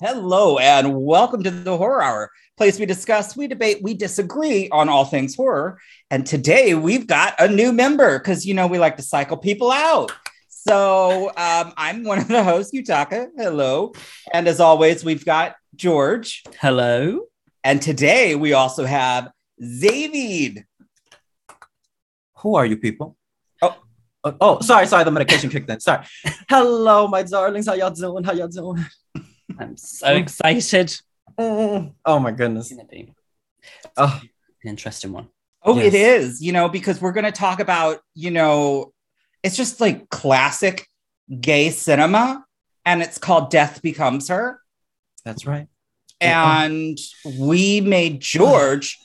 Hello, and welcome to the Horror Hour, place we discuss, we debate, we disagree on all things horror. And today we've got a new member because you know we like to cycle people out. So um, I'm one of the hosts, Utaka. Hello, and as always, we've got George, Hello. and today we also have Xavied. Who are you people? Oh. oh, oh, sorry, sorry. The medication kicked in. Sorry. Hello, my darlings. How y'all doing? How y'all doing? I'm so excited. Mm, oh my It's goodness. gonna be Oh, an interesting one. Oh, it Yes. is, you know, because we're going to talk about, you know, it's just like classic gay cinema and it's called Death Becomes Her. that's right. Yeah. And we made George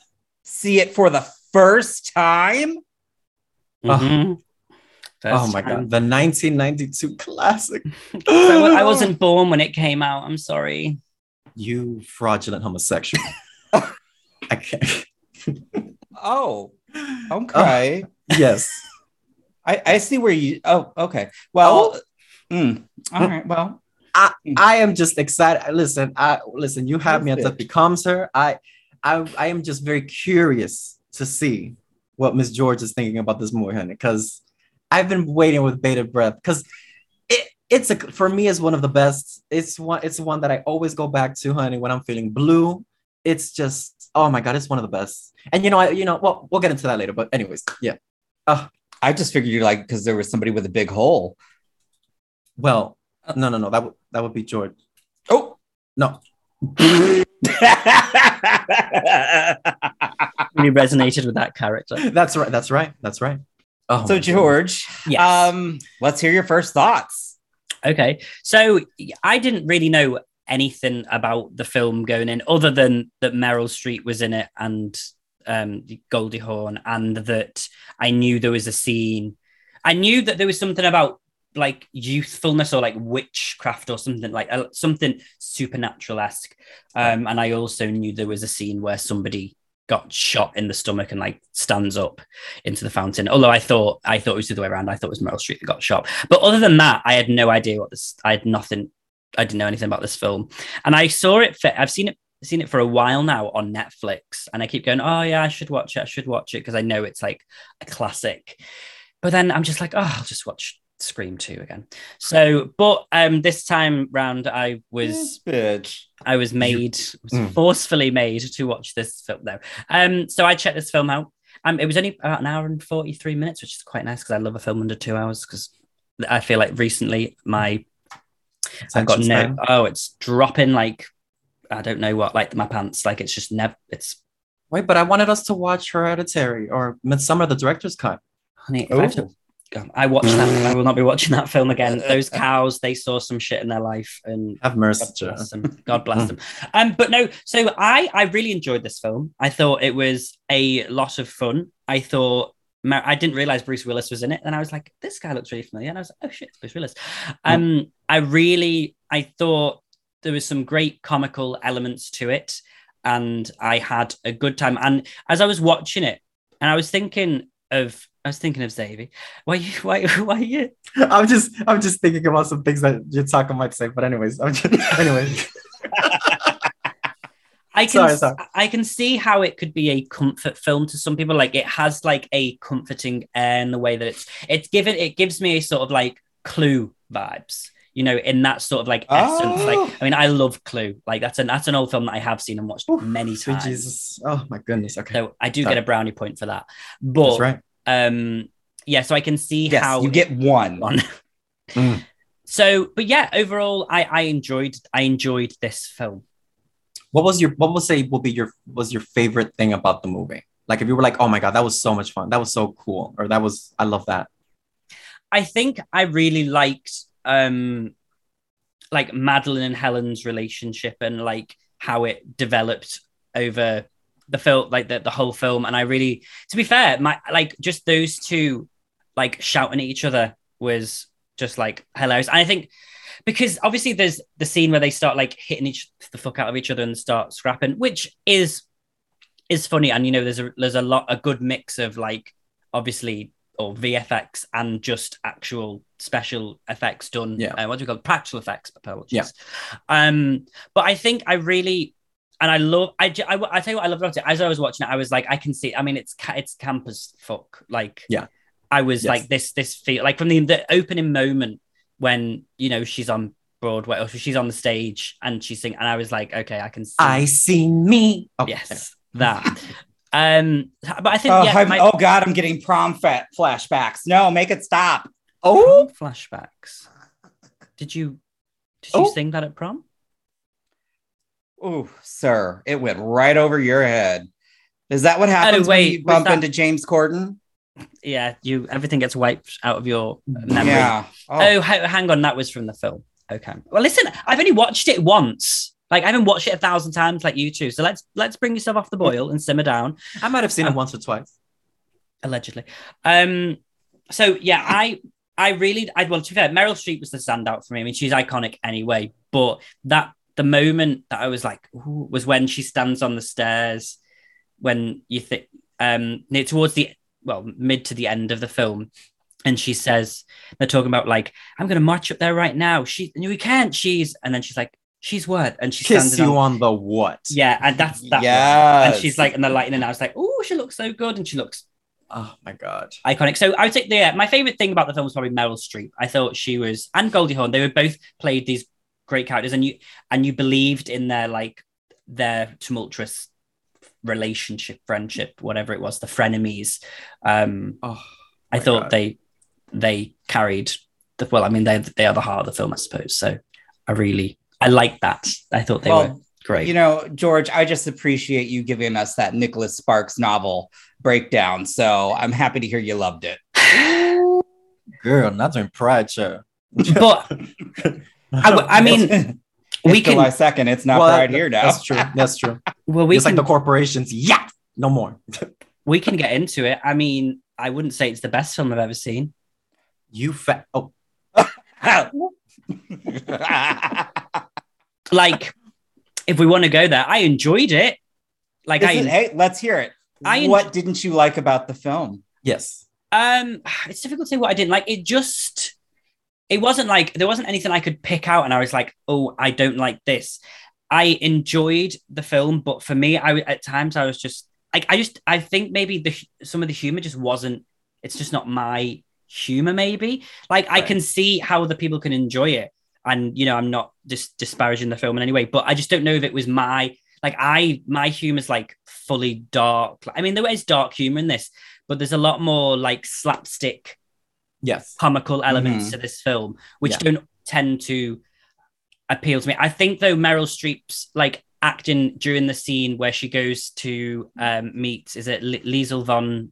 see it for the first time. Oh. Mhm. First Oh my time. god, the 1992 classic. So I wasn't born when it came out. I'm sorry. You fraudulent homosexual. I can't. Oh, okay. Yes. I, I see where you, oh, okay. Well, mm, all right. Well, I am just excited. Listen, I listen. You have me at Yes, that bitch. becomes her. I, I, I am just very curious to see what Miss George is thinking about this movie, honey. Because I've been waiting with bated breath. Because it, it's a for me is one of the best. It's one. It's one that I always go back to, honey, when I'm feeling blue. It's just oh my god, it's one of the best. And you know, I you know, well, we'll get into that later. But anyways, yeah. I just figured you like, because there was somebody with a big hole. Well, no, no, no. That would that would be George. Oh, No. Really resonated with that character. That's right. That's right. That's right. Oh, my so, goodness. George, Yes. Um, let's hear your first thoughts. Okay. So I didn't really know anything about the film going in, other than that Meryl Streep was in it and um, Goldie Hawn, and that I knew there was a scene. I knew that there was something about like youthfulness or like witchcraft or something like uh, something supernatural esque. Um, and I also knew there was a scene where somebody got shot in the stomach and like stands up into the fountain. Although I thought I thought it was the other way around. I thought it was Meryl Streep that got shot. But other than that, I had no idea what this. I had nothing. I didn't know anything about this film, and I saw it. For, I've seen it. Seen it for a while now on Netflix, and I keep going. Oh yeah, I should watch it. I should watch it because I know it's like a classic. But then I'm just like, oh, I'll just watch Scream Two again. So, but um, this time round, I Mm. was bitch. I was made was Mm. forcefully made to watch this film though. Um, so I checked this film out. Um, it was only about an hour and forty three minutes, which is quite nice because I love a film under two hours. Because I feel like recently my I've got Attention no span. oh it's dropping like I don't know what like my pants like it's just never it's Wait, but I wanted us to watch Hereditary or Midsummer, the director's cut. honey. if I, Oh. have to- God, I watched that. I will not be watching that film again. Those cows they saw some shit in their life and Have mercy. God Joe. bless them. God bless them. Um, but no, so I I really enjoyed this film. I thought it was a lot of fun. I thought Mer- I didn't realize Bruce Willis was in it, and I was like, this guy looks really familiar. And I was like, oh shit, it's Bruce Willis. Um, I really I thought there was some great comical elements to it, and I had a good time. And as I was watching it, and I was thinking of. I was thinking of Xavi. Why you? Why? Why you? I'm just I'm just thinking about some things that Yutaka might say. But anyways, I'm just anyway. I can Sorry, sorry. I can see how it could be a comfort film to some people. Like it has like a comforting air in the way that it's it's given it gives me a sort of like clue vibes, you know, in that sort of like essence. Oh. Like I mean, I love Clue. Like that's an that's an old film that I have seen and watched Ooh, many Sweet times. Jesus. Oh my goodness. Okay. So I do Sorry. get a brownie point for that. That's But right. um yeah, so I can see Yes, how you get one. on. Mm. So, but yeah, overall, I, I enjoyed I enjoyed this film. What was your what was say will be your was your favorite thing about the movie? Like if you were like, oh my god, that was so much fun. That was so cool. Or that was I love that. I think I really liked um like Madeline and Helen's relationship and like how it developed over the film like the, the whole film and I really to be fair my like just those two like shouting at each other was just like hilarious and I think because obviously there's the scene where they start like hitting each the fuck out of each other and start scrapping which is is funny and you know there's a there's a lot a good mix of like obviously or VFX and just actual special effects done. Yeah. uh, what do we call it? practical effects? Apologies. Yeah. Um, but I think I really and I love. I, ju- I I tell you what I love about it. As I was watching it, I was like, I can see. I mean, it's ca- it's camp as fuck. Like Yeah. I was Yes. like this this feel like from the the opening moment when you know she's on Broadway or she's on the stage and she's singing, and I was like, okay, I can see. I see me. Okay. yes that. Um, but I think oh, yeah, I'm- my- oh God, I'm getting prom fa- flashbacks. No, make it stop. Oh, Prom flashbacks. Did you did you Oh. sing that at prom? Ooh, sir, it went right over your head. Is that what happens when wait, you was bump that- into James Corden? Yeah, you everything gets wiped out of your memory. Yeah. Oh, Oh, ha- hang on, that was from the film. Okay. Well, listen, I've only watched it once. Like I haven't watched it a thousand times like you two. So let's let's bring yourself off the boil and simmer down. I might have seen it once or twice. Allegedly. Um. So yeah, I I really I well to be fair, Meryl Streep was the standout for me. I mean, she's iconic anyway. But that the moment that I was like ooh, was when she stands on the stairs when you think um near towards the well mid to the end of the film and she says they're talking about like i'm gonna march up there right now she no, we can't she's and then she's like she's what and she's Kiss standing you on, on the what? yeah and that's that one. yes. and she's like in the lightning and i was like oh she looks so good and she looks Oh my god. iconic. So I would say, yeah, my favorite thing about the film was probably Meryl Streep. I thought she was, and Goldie Hawn. They were both played these great characters, and you and you believed in their like their tumultuous relationship, friendship, whatever it was, the frenemies. Um, Oh, I my thought God. they they carried the well. I mean, they they are the heart of the film, I suppose. So I really I like that. I thought they were well, great. you know, George, I just appreciate you giving us that Nicholas Sparks novel breakdown. So I'm happy to hear you loved it. girl, not doing pride show. but I, w- I mean, we It's July can. 2nd. It's not Well, right that- here now. That's true. That's true. Well, we it's can like the corporations. Yeah, no more. we can get into it. I mean, I wouldn't say it's the best film I've ever seen. You fat. Oh, Like, if we want to go there, I enjoyed it. Like, I Listen, hey, let's hear it. I what didn't you like about the film? yes. um, it's difficult to say what I didn't like. It just, it wasn't like there wasn't anything I could pick out, and I was like, oh, I don't like this. I enjoyed the film, but for me, I at times I was just like, I just, I think maybe the hu- some of the humor just wasn't. It's just not my humor, maybe. Like I Right. can see how other people can enjoy it, and you know, I'm not just disparaging the film in any way, but I just don't know if it was my like I my humor's like fully dark. I mean, there is dark humor in this, but there's a lot more like slapstick Yes. comical elements Mhm. to this film, which Mm-hmm. Yeah. don't tend to appeal to me. I think though Meryl Streep's like acting during the scene where she goes to um, meet is it Li- Liesel von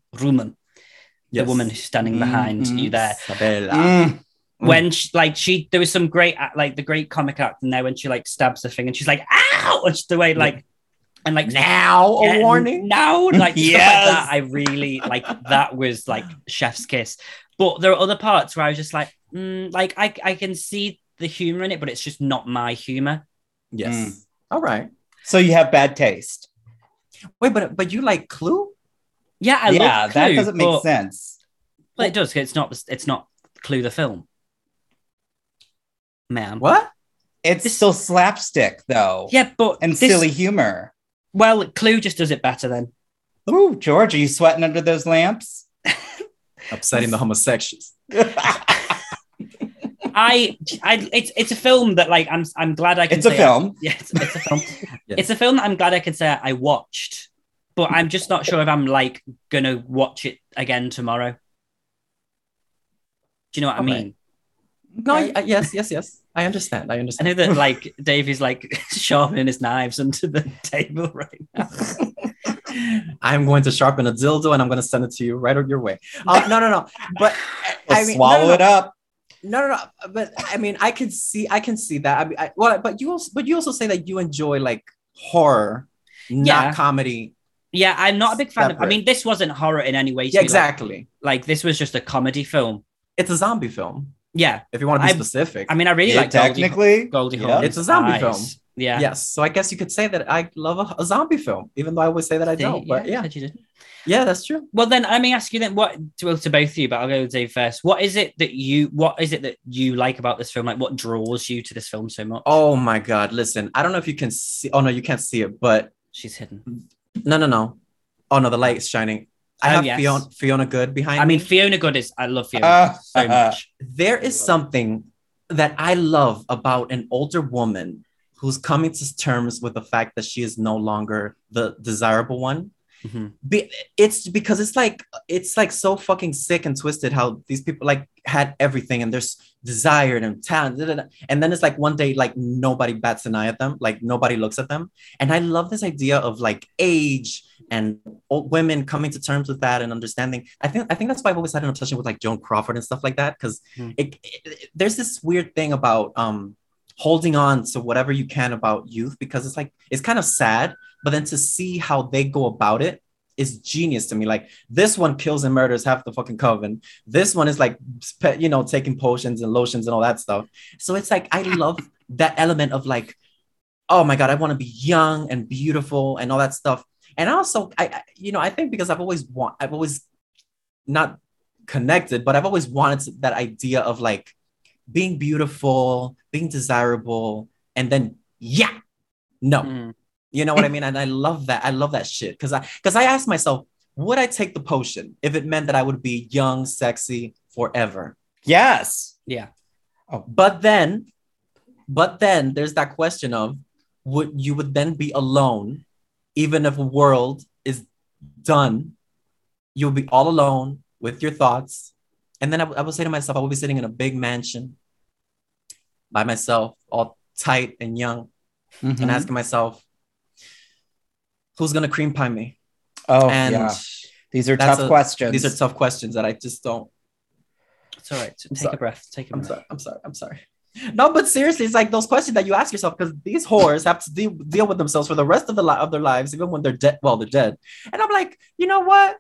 yes. Rumen, Mm-hmm. the woman who's standing behind Mhm. you there. Isabella. Mm. Mm-hmm. Mm. When she, like she, there was some great act- like the great comic act in there when she like stabs the thing and she's like ow, and just the way like and like Now a yeah, warning. No, like Yes. stuff like that. I really like that was like chef's kiss. But there are other parts where I was just like, mm, like I I can see the humor in it, but it's just not my humor. Yes. Mm. All right. So you have bad taste. Wait, but but you like Clue? Yeah, I yeah, love Clue, that doesn't make but, sense. But it does. 'cause It's not. It's not Clue the film, ma'am. What? It's This- still slapstick though, Yeah, but and this- silly humor. Well, Clue just does it better then. Ooh, George, are you sweating under those lamps? Upsetting the homosexuals. it's I, I, it's it's a film that like I'm I'm glad I can. a say- film. Yeah, it's, it's a film. Yes. It's a film that I'm glad I can say I watched, but I'm just not sure if I'm like gonna watch it again tomorrow. Do you know what I Alright. mean? No. Okay. I- I- yes. Yes. Yes. I understand. I I understand. know that like Dave is like sharpening his knives under the table right now. I'm going to sharpen a dildo and I'm going to send it to you right your way. Uh, no. No. No. But I mean, swallow no, no, no. it up. No, no, no. But I mean, I could see, I can see that. I mean, I, well, but you also, but you also say that you enjoy like horror, Yeah. not comedy. Yeah, I'm not a big fan of. I Separate. mean, this wasn't horror in any way. to Yeah, me, like- exactly. Like, this was just a comedy film. It's a zombie film. Yeah, If you want to be I- specific, I mean, I really Yeah, like Goldie, technically, Goldie Yeah. Hawn's It's a zombie eyes. film. Yeah. Yes. So I guess you could say that I love a, a zombie film, even though I would say that I See? don't. But yeah, but you did. yeah, that's true. Well, then let me ask you then what well, to both of you, but I'll go with Dave first. What is it that you what is it that you like about this film? Like what draws you to this film so much? Oh my God. Listen, I don't know if you can see. Oh, no, you can't see it, but She's hidden. no, no, no. Oh, no, the light is shining. I Oh, have yes. Fiona, Fiona Good behind I mean, me. Fiona Good is I love Fiona Ah, Uh, so much. There is something that I love about an older woman who's coming to terms with the fact that she is no longer the desirable one. Mhm. be, it's because it's like it's like so fucking sick and twisted how these people like had everything and there's desired and talent da, da, da. and then it's like one day like nobody bats an eye at them like nobody looks at them and i love this idea of like age and old women coming to terms with that and understanding i think i think that's why i've always had an obsession with like joan crawford and stuff like that because Hmm. it, it- there's this weird thing about um holding on to whatever you can about youth because it's like it's kind of sad but then to see how they go about it is genius to me. Like this one kills and murders half the fucking coven. This one is like, spe- you know, taking potions and lotions and all that stuff. So it's like I love that element of like, oh my god, I want to be young and beautiful and all that stuff. And also, I, I you know, I think because I've always want, I've always not connected, but I've always wanted to- that idea of like being beautiful, being desirable, and then yeah, no, Mm. you know what I mean? And I love that. I love that shit. Cause I because I asked myself, would I take the potion if it meant that I would be young, sexy forever? Yes. Yeah. But then, but then there's that question of would you would then be alone, even if the world is done, you'll be all alone with your thoughts. And then I, w- I would say to myself, I will be sitting in a big mansion by myself, all tight and young, Mm-hmm. and Mhm. asking myself, who's gonna cream pie me? Oh, and yeah. These are that's tough a- questions. these are tough questions that I just don't. It's all right. Take sorry. a breath. Take a I'm breath. sorry. I'm sorry. I'm sorry. No, but seriously, it's like those questions that you ask yourself because these whores have to deal, deal with themselves for the rest of the li- of their lives, even when they're dead. Well, they're dead, and I'm like, you know what?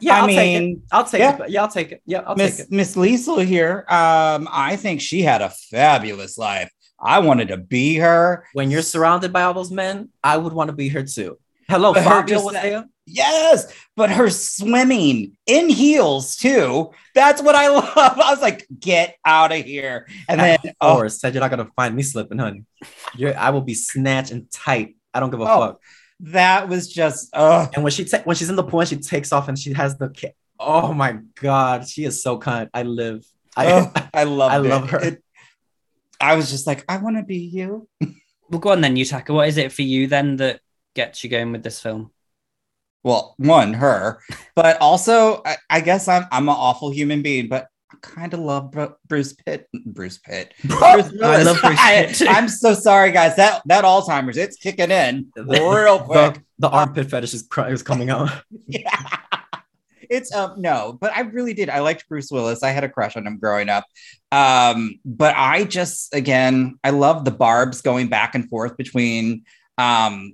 Yeah, I I will take it. mean, I'll take yeah. it. But yeah, I'll take it. Yeah, I'll take Miss it. Miss Liesel here. Um, I think she had a fabulous life. I wanted to be her. When you're surrounded by all those men, I would want to be here too. Hello, But her Fabio just was that- there. Yes, but her swimming in heels too. That's what I love. I was like, get out of here. And then oh, Or said you're not gonna find me slipping, honey. You're, I will be snatched and tight. I don't give a Oh. fuck. that was just oh And when she ta- when she's in the pool, and she takes off and she has the kid. Oh my god, she is so kind. I live. I oh, I love I love her. I was just like, I want to be you. Well, go on then, Yutaka. What is it for you then that gets you going with this film? Well, one, her, but also I, I guess I'm I'm an awful human being, but I kind of love Bru- Bruce Pitt. Bruce Pitt. Bruce I Willis. love Bruce Pitt. I, am so sorry, guys. That that Alzheimer's, it's kicking in real quick. the, the armpit fetish is, cr- is coming out. yeah. It's um no, but I really did. I liked Bruce Willis. I had a crush on him growing up. Um, but I just again, I love the barbs going back and forth between um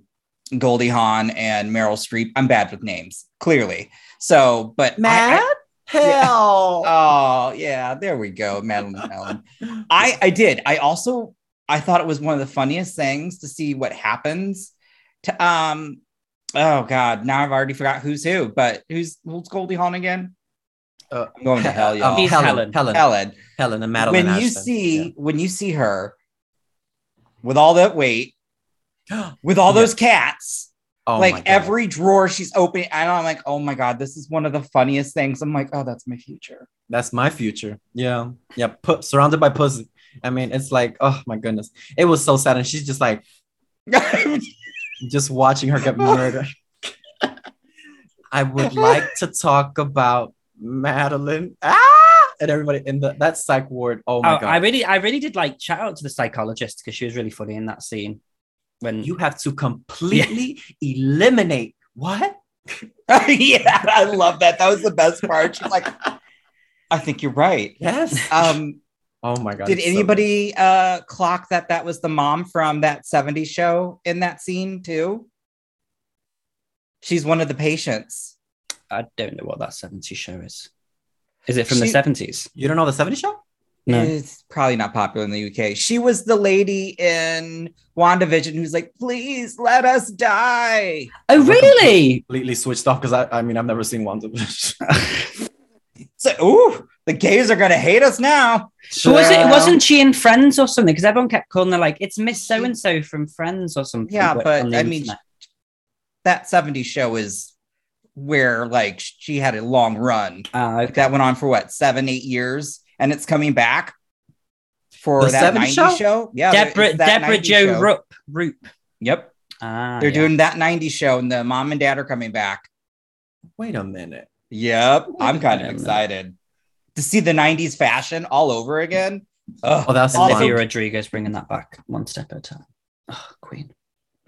Goldie Hawn and Meryl Streep. I'm bad with names, clearly. So, but I- I- Matt, hell, Oh yeah, there we go, Madeline Allen. I I did. I also I thought it was one of the funniest things to see what happens to um. Oh God, now I've already forgot who's who, but who's who's Goldie Hawn again? Uh, I'm going to hell, y'all. He's Helen, Helen. Helen, Helen, Oh. Helen. and Madeline. when you Ashton. see when you see her with all that weight, Yeah. with all Yeah. those cats, Oh my like God. every drawer she's opening, and I'm like, oh my God, this is one of the funniest things. I'm like, oh, that's my future. that's my future. Yeah, yeah, pu- surrounded by pussy. I mean, it's like, oh my goodness, it was so sad, and she's just like, just watching her get murdered. I would like to talk about Madeline. Ah! And everybody in the that psych ward. Oh my Oh, god. I really, I really did like shout out to the psychologist because she was really funny in that scene. When you have to completely eliminate what? yeah, I love that. That was the best part. She's like, I think you're right. Yes. Um, oh my god. did it's so anybody uh, clock that that was the mom from that 70s show in that scene too? She's one of the patients. I don't know what that 70s show is. Is it from She- the 70s? good. you don't know the 70 show? No. It's probably not popular in the UK. She was the lady in WandaVision who's like, please let us die. Oh, really? Completely switched off because I, I mean I've never seen one. So, ooh, the gays are gonna hate us now. But was it? Well- Wasn't she in Friends or something? Because everyone kept calling her like, "It's Miss So and So from Friends" or something. Yeah, but, on the I mean, internet. That 70s show is where like she had a long run Ah, okay. that went on for what seven, eight years, and it's coming back for The that 70s 90s show? show. Yeah, there- Deborah it's that Deborah 90s Joe show. Roop. Roop. Yep, Ah, they're yeah. doing that 90s show, and the mom and dad are coming back. Wait a minute. Yep, I'm kind of Yeah. excited to see the 90s fashion all over again. Ugh. Oh, that's Also- Olivia Rodrigo's bringing that back one step at a time. Oh, Queen.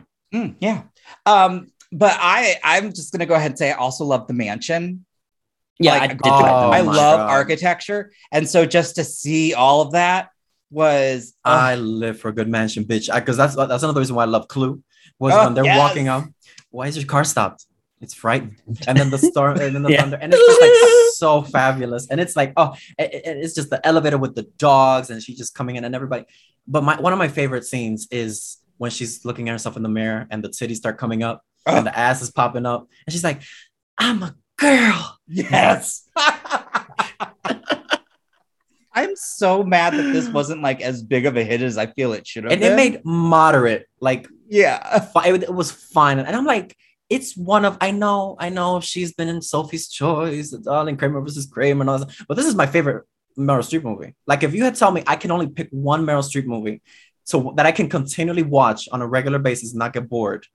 Oh. Mm, yeah. Um, but I I'm just gonna go ahead and say I also love the mansion. Yeah, Like, I did. oh, like that. I my love God. architecture. And so just to see all of that was uh, I live for a good mansion, bitch. Because that's that's another reason why I love Clue. Was Oh, when they're yes. walking out. Why is your car stopped? It's frightening. And then the storm, and then the Yeah. thunder, and it's just like so fabulous. And it's like, oh, and it's just the elevator with the dogs, and she's just coming in, and everybody. But my one of my favorite scenes is when she's looking at herself in the mirror, and the titties start coming up, Oh. and the ass is popping up, and she's like, "I'm a girl." yes. I'm so mad that this wasn't like as big of a hit as I feel it should have And been. it made moderate, like yeah. fi- it was fine. And I'm like, it's one of I know, I know she's been in Sophie's Choice, The Darling Kramer versus Kramer, and all that. But this is my favorite Meryl Streep movie. Like, if you had told me I can only pick one Meryl Streep movie, so that I can continually watch on a regular basis and not get bored.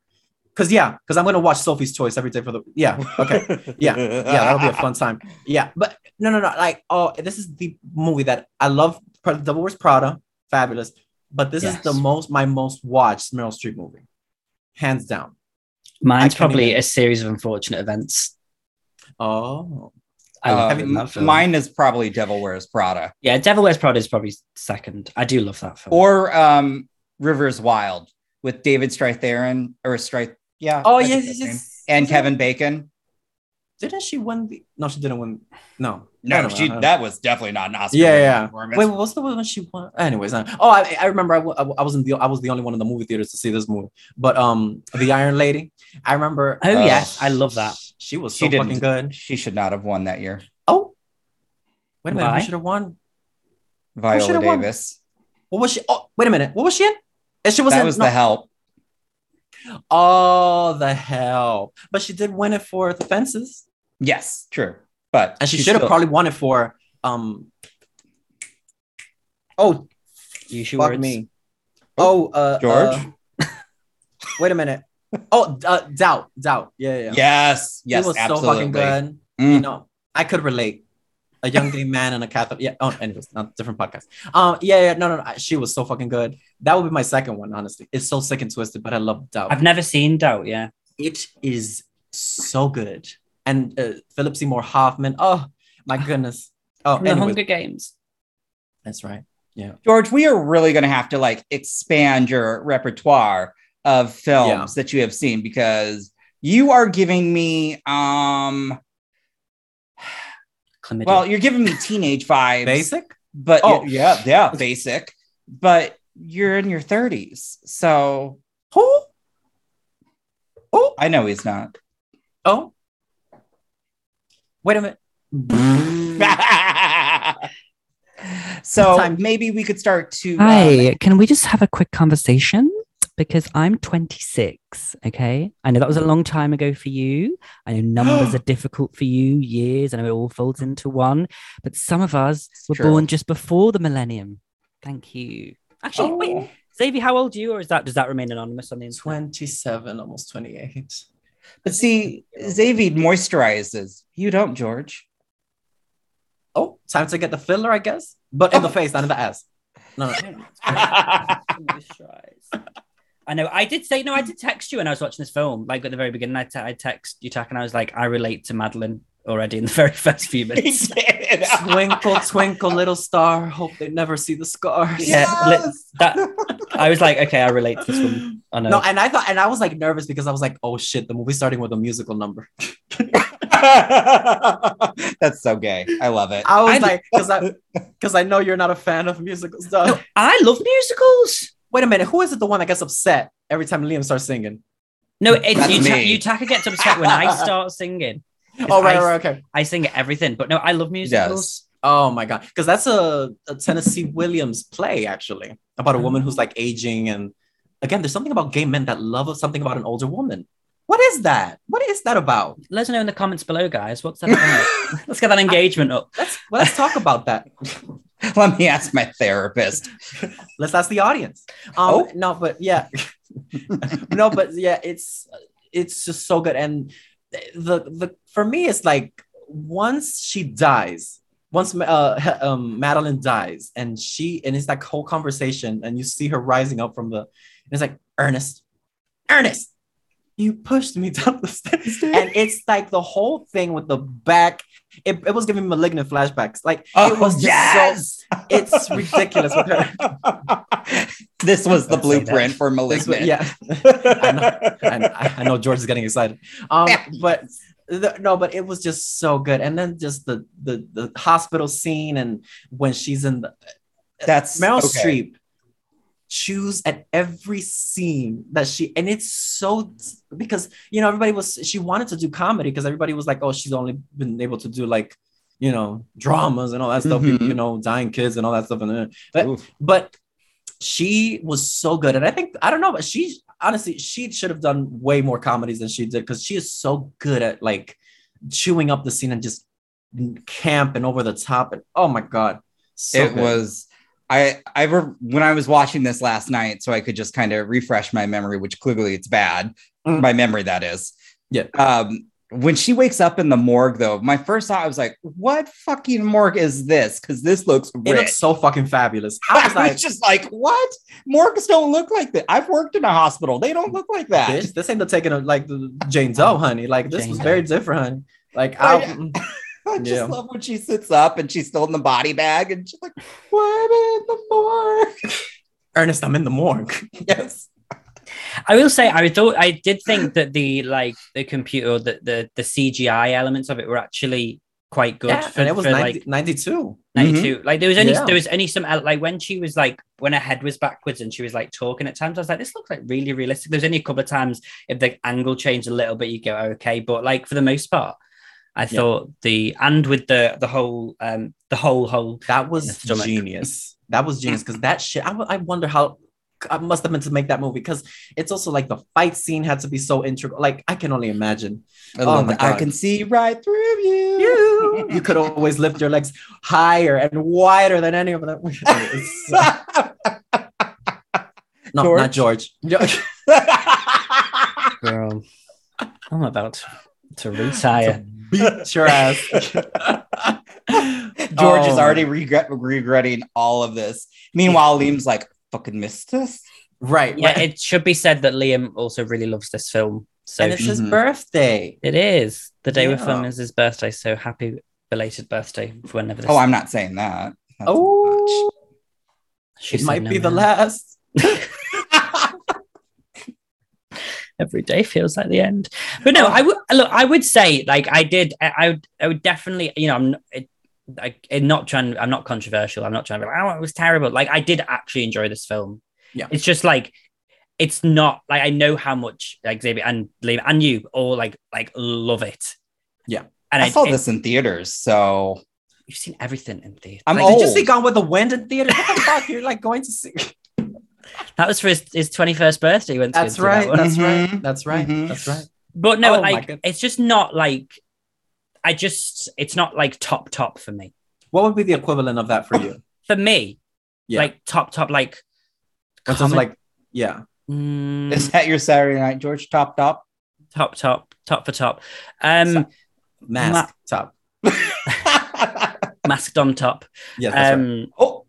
Cause yeah, because I'm gonna watch Sophie's Choice every day for the yeah. Okay, Yeah. yeah, that'll be Um, a fun time. Yeah, but no, no, no. Like, oh, this is the movie that I love. Pr- Devil Wears Prada, fabulous. But this is the Yes. most my most watched Meryl Streep movie, hands down. Mine's I can't probably even- a series of unfortunate events. Oh, I Uh, love it in that m- film. mine is probably Devil Wears Prada Yeah, Devil Wears Prada is probably second. I do love that film. Oh. or um, Rivers Wild with David Strathairn or Strath. Yeah. oh I think yes, that's his name. yes, yes. and Wasn't- Kevin Bacon. Didn't she win the? No, she didn't win. No. I No, don't know. she I don't- that was definitely not an Oscar. Yeah, yeah. performance. Wait, what was the one she won? Anyways, uh, oh, I, I remember I, w- I w- I was in the I was the only one in the movie theaters to see this movie. But um, the Iron Lady, I remember. Oh, uh, yes, I love that. She was so She didn't. fucking good. She should not have won that year. Oh, wait a minute, Why? who should have won? should Viola have won? Davis. What was she? Oh, wait a minute. What was she in? And she was That in. was no- the help. oh, the hell! But she did win it for the fences, Yes, true. But and she she's should have still- probably won it for um. Oh, you should fuck me. Oh, uh, George. uh, wait a minute. Oh, d- uh, doubt, doubt. Yeah, yeah. yeah. Yes, He yes, was absolutely. so fucking good. You Mm. know, I could relate. A young gay man and a Catholic. Yeah. Oh, anyways, not different podcast. Um, yeah, yeah. No, no, no. I- She was so fucking good. That would be my second one, honestly. It's so sick and twisted, but I love doubt. I've never seen Doubt. Yeah, it is so good. And uh, Philip Seymour Hoffman. Oh my goodness. Oh, from The anyways, Hunger Games. that's right. George, we are really going to have to like expand your repertoire of films Yeah. that you have seen because you are giving me um Chlamydia. well, you're giving me teenage vibes. Basic. But Oh. yeah, yeah, basic. But you're in your 30s. So Who? Oh, I know he's not. oh. Wait a minute. so Time. maybe we could start to uh, Hi, can we just have a quick conversation? Because I'm 26, okay? I know that was a long time ago for you. I know numbers are difficult for you, years, and it all folds into one. But some of us were true. born just before the millennium. Thank you. Actually, wait, oh. Xavier, how old are you, or is that does that remain anonymous on the internet? 27, almost 28. but see Xavier moisturizes. You don't, George. Oh, time to get the filler, I guess. But in the face, not in the ass. No, no. I know. I did say no. I did text you when I was watching this film, like at the very beginning. I, te- I text you, Tack, and I was like, I relate to Madeline already in the very first few minutes. twinkle, twinkle, little star. Hope they never see the scars. Yeah, let- that I was like, okay, I relate to this one. I know. No, and I thought, and I was like nervous because I was like, oh shit, the movie's starting with a musical number. That's so gay. I love it. I was I- like, because I because I know you're not a fan of musicals. Though. No, I love musicals. Wait a minute, who is it the one that gets upset every time Liam starts singing? No, it's That's Utaka, me. Utaka gets upset when I start singing. 'Cause Oh right, I, right, okay. I sing everything, but no, I love musicals. Oh my god, because that's a, a Tennessee Williams play actually about a woman who's like aging, and again, there's something about gay men that love something about an older woman. What is that? What is that about? Let us know in the comments below, guys. What's that about? Let's get that engagement up. Let's let's talk about that. Let me ask my therapist. Let's ask the audience. Um, Oh. no, but yeah, no, but yeah, it's it's just so good, and the the for me, it's like once she dies, once uh, um, Madeline dies, and she and it's that whole conversation, and you see her rising up from the, and it's like Ernest, Ernest, you pushed me down the stairs, and it's like the whole thing with the back. It, it was giving malignant flashbacks. Like Oh, it was just yes! so it's ridiculous with her. this was the Don't say that. blueprint for This was- malignant. yeah. and I, I know George is getting excited. Um, but the, no, but it was just so good. And then just the the the hospital scene and when she's in the That's Meryl okay. Streep chews at every scene that she and it's so because you know everybody was she wanted to do comedy because everybody was like oh she's only been able to do like you know dramas and all that stuff Mhm. you know dying kids and all that stuff and then but Oof. but she was so good and i think i don't know but she honestly she should have done way more comedies than she did because she is so good at like chewing up the scene and just camp and over the top and oh my god so it good. was I I re- when I was watching this last night, so I could just kind of refresh my memory, which clearly it's bad. Mm. My memory that is. Yeah. Um, when she wakes up in the morgue, though, my first thought I was like, "What fucking morgue is this?" Because this looks it rich. looks so fucking fabulous I i was like just like, "What morgues don't look like that." I've worked in a hospital; they don't look like that. bitch this ain't the taking of like the jane doe honey like this Oh, Jane was Doe. Oh, very different honey like I- I, I just Yeah. love when she sits up and she's still in the body bag, and she's like, "What in the morgue?" ernest i'm in the morgue yes I will say, I thought I did think that the like the computer, the the, the CGI elements of it were actually quite good yeah, for, and it was for 90 like 92 92. Like there was only Mm-hmm. Yeah. there was only some el- like when she was like when her head was backwards and she was like talking at times. I was like, this looks like really realistic. There's only a couple of times if the angle changed a little bit, you go okay, but like for the most part. I Yeah. thought the and with the the whole um the whole whole That the was stomach. genius. That was genius because that shit. I, w- I wonder how I must have meant to make that movie because it's also like the fight scene had to be so integral. Like I can only imagine I, love love my it. Oh, I God. can see right through you. you. You could always lift your legs higher and wider than any of them. It's- uh, no, not George. girl. I'm about to, to To retire. beat your ass. George is Oh. already regret- regretting all of this. Meanwhile, Liam's like, fucking missed this. right. Yeah, right. it should be said that Liam also really loves this film. So and it's his Mhm. birthday. It is the day we're Yeah. filming is his birthday, so happy belated birthday for whenever this. Oh, I'm not saying that. That's Oh, She it said might no be the man. last. Every day feels like the end, but no, I would look. I would say like I did. I, I would. I would definitely. You know, I'm. n- It, I, I'm not trying. I'm not controversial. I'm not trying to be like, oh, it was terrible. Like I did actually enjoy this film. Yeah. it's just like it's not like I know how much like Xavier and Liam and you all like like love it. Yeah. and I, I, saw it- this in theaters, so You've seen everything in theatre. I'm Like, old. Did you see Gone with the Wind in theater? What the fuck? You're like going to see. That was for his, his 21st birthday. He went to go That's do that right. one. That's Mhm. right. That's right. Mhm. That's right. But no, Oh my like goodness. it's just not like I just it's not like top top for me. What would be the equivalent of that for you? For me, Yeah. like top top like That's just common- like, yeah. mm, is that your Saturday night, George? Top top. top top top for top. Um So- Mask top. masked on top. Yes, that's right. Um oh,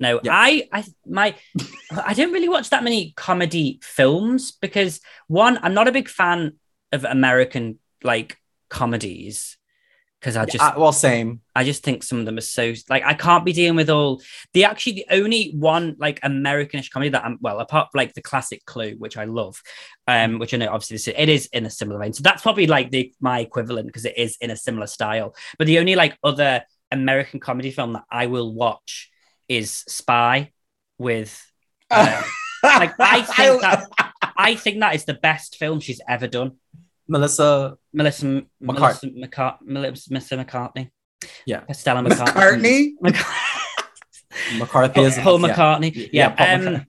no, Yeah. I I my I don't really watch that many comedy films because one, I'm not a big fan of American like comedies. because I just I- well, same. I just think some of them are so like I can't be dealing with all the actually the only one like Americanish comedy that I'm well apart from like the classic Clue which I love, um which I know obviously this, it is in a similar vein so that's probably like the my equivalent because it is in a similar style but the only like other American comedy film that I will watch is Spy with um, like I think that I think that is the best film she's ever done Melissa, Melissa McCart- Melissa, McCart- Melissa McCartney Yeah. Stella McCartney. McCartney. McCarthy Oh, is Paul yeah. McCartney. Y- Yeah. Paul um, McCartney.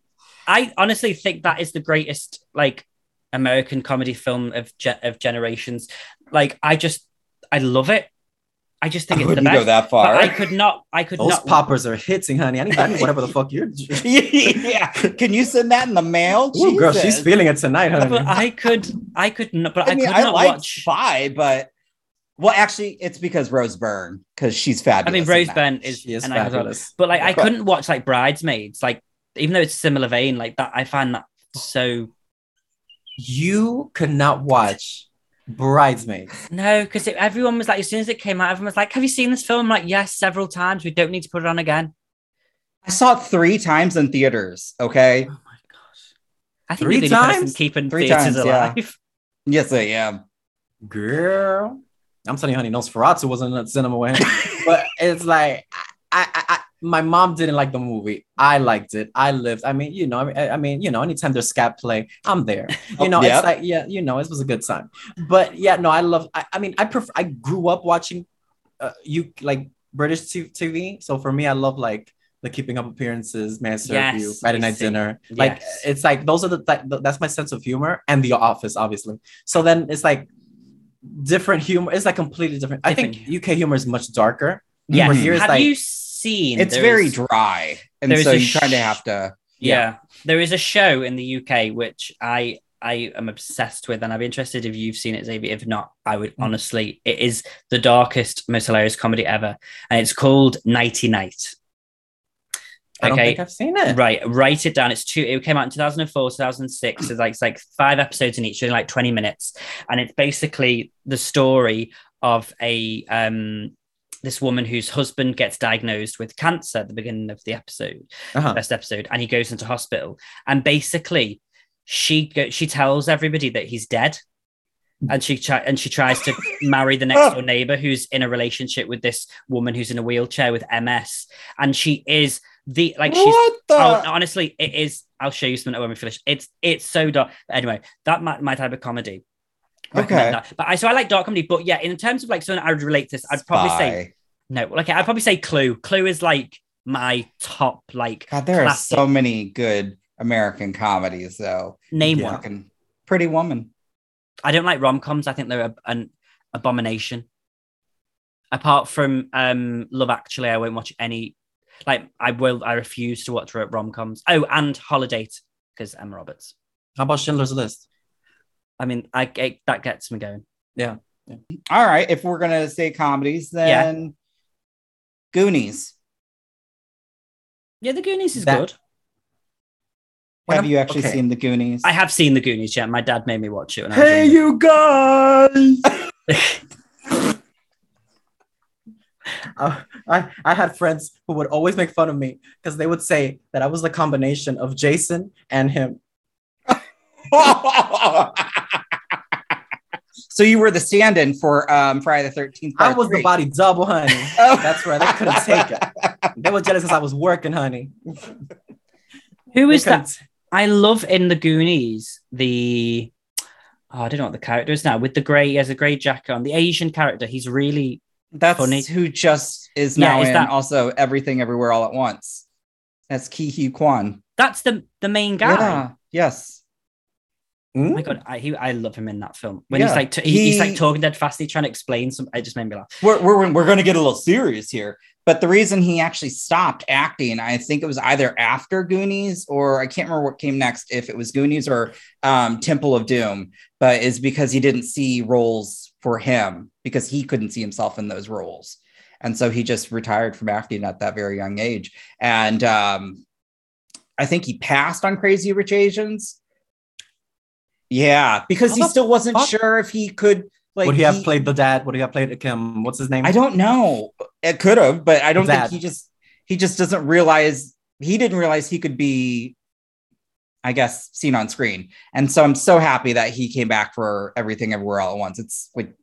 I honestly think that is the greatest like American comedy film of ge- of generations. Like I just I love it. I just think I it's the wouldn't go best. that But far. I could not. I could Those not. poppers are hitting, honey. I need, I need whatever the fuck you're. yeah. Can you send that in the mail? Ooh, girl, she's Jesus. feeling it tonight, honey. but I could. I could not. But I, I mean, could I not like watch. Spy, but well, actually, it's because Rose Byrne, because she's I fabulous. mean, in Rose that. Byrne is, she is an icon. fabulous. But like, I But- couldn't watch like Bridesmaids. Like, even though it's similar vein, like that, I find that so You could not watch Bridesmaids. No, because everyone was like, as soon as it came out, everyone was like, "Have you seen this film?" I'm like, yes, several times. We don't need to put it on again. I saw it three times in theaters. Okay. Oh my gosh! I think Three you're the only person times? keeping Three theaters times, yeah. alive. Yes, I am. Girl, I'm telling you, honey, Nosferatu wasn't in the cinema when. but it's like, I, I, I, my mom didn't like the movie. I liked it. I lived. I mean, you know, I, I mean, you know, anytime there's scat play, I'm there. Oh, You know, yeah. it's like, yeah, you know, it was a good time. But yeah, no, I love. I, I mean, I prefer. I grew up watching, uh, you like British t- TV. So for me, I love like the Keeping Up Appearances, Man Serve Yes, You, Friday I Night see. Dinner. Like Yes. it's like those are the that, that's my sense of humor and The Office, obviously. So then it's like different humor. It's like completely different. I think UK humor is much darker. Yes. Over here, it's Have like- you seen? It's there very is- dry. And there is so a you kind of sh- have to. yeah. There is a show in the UK which I I am obsessed with, and I'd be interested if you've seen it, Xavier. If not, I would honestly. It is the darkest, most hilarious comedy ever, and it's called Nighty Night. I don't think I've seen it. Right, write it down. It's two. It came out in 2004, 2006. It's like it's like five episodes in each, in like 20 minutes, and it's basically the story of a um this woman whose husband gets diagnosed with cancer at the beginning of the episode, Uh-huh. first episode, and he goes into hospital, and basically she go, she tells everybody that he's dead. And she try, and she tries to marry the next door neighbor who's in a relationship with this woman who's in a wheelchair with MS, and she is the like she's what the? Oh, honestly, it is. I'll show you something when we finish. It's it's so dark. Anyway, that might my type of comedy. Recommend that. But I so I like dark comedy, but yeah, in terms of like something I would relate to this, I'd probably say Spy. no. Like I'd probably say Clue. Clue is like my top like God, there are classic. so many good American comedies, though. name Yeah. one. Fucking Pretty Woman. I don't like rom coms. I think they're a, an abomination. Apart from um Love Actually, I won't watch any. Like I will, I refuse to watch rom coms. Oh, and Holiday because Emma Roberts. How about Schindler's List? I mean, I, I that gets me going. All right. If we're going to say comedies, Yeah. then Goonies. Yeah, the Goonies is That- good. When Have I'm- you actually okay. seen the Goonies? I have seen the Goonies. Yeah, my dad made me watch it. When Hey, I you guys! I, Uh, I, I had friends who would always make fun of me because they would say that I was the combination of Jason and him. so you were the stand-in for um, Friday the Thirteenth. I was the body double, honey. Oh. That's right. They couldn't take it. They were jealous because I was working, honey. you Who They is couldn't that? I love in the Goonies the. Oh, I don't know what the character is now. With the grey, he has a grey jacket on. The Asian character, he's really. That's Funny. who just is Yeah, now is in that- also everything everywhere all at once. That's Ki Hee Kwan. That's the the main guy. Yeah. Yes. t- Hmm? Oh my god, I he, I love him in that film. When he's Yeah. like t- he- he's like He- talking dead fast, he's trying to explain some. It just made me laugh. We're we're we're gonna get a little serious here. But the reason he actually stopped acting, I think it was either after Goonies or I can't remember what came next, if it was Goonies or um, Temple of Doom, but is because he didn't see roles for him because he couldn't see himself in those roles. And so he just retired from acting at that very young age. And um, I think he passed on Crazy Rich Asians. Yeah, because How he the still wasn't fuck- sure if he could Like would he have he- played the dad? Would he have played Kim? What's his name? I don't know. It could have, but I don't That. think he just he just doesn't realize he didn't realize he could be, I guess, seen on screen. And so I'm so happy that he came back for everything everywhere all at once. It's like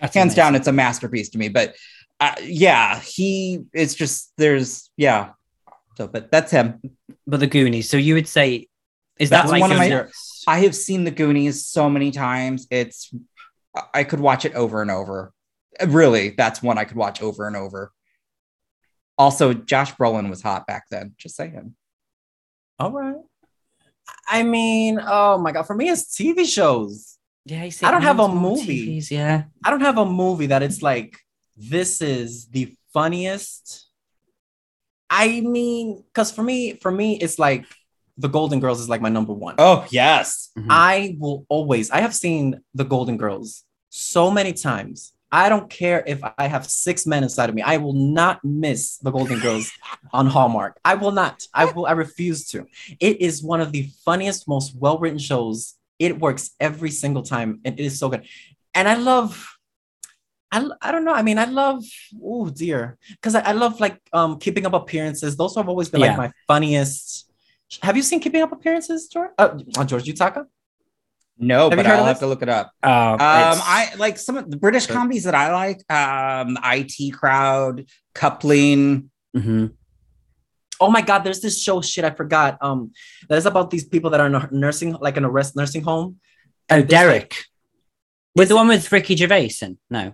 That's hands amazing. down, it's a masterpiece to me. But uh, yeah, he it's just there's yeah. So, but that's him. But the Goonies. So you would say, is That's that like one of your- my- I have seen The Goonies so many times. It's I could watch it over and over. Really, that's one I could watch over and over. Also, Josh Brolin was hot back then. Just saying. All right. I mean, oh my god. For me, it's TV shows. Yeah, you see, I don't have a Arnold's on movie. TVs, yeah, I don't have a movie that it's like this is the funniest. I mean, because for me, for me, it's like The Golden Girls is like my number one. Oh yes. I will always. I have seen The Golden Girls so many times. I don't care if I have six men inside of me. I will not miss The Golden Girls on Hallmark. I will not. I will. I refuse to. It is one of the funniest, most well-written shows. It works every single time, and it is so good. And I love. I, I don't know. I mean, I love. Oh dear, because I, I love like um keeping up appearances. Those have always been Yeah. like my funniest. Have you seen Keeping Up Appearances, George? Uh, uh, George Utaka? No, Have you but heard of I'll have this? to look it up. Oh, Um, it's- I like some of the British comedies that I like. Um, IT Crowd, Coupling. Mhm. Oh my God, there's this show shit I forgot. Um, that is about these people that are in a nursing, like an arrest nursing home. oh And there's, like- Derek, with the one with Ricky Gervais in. No,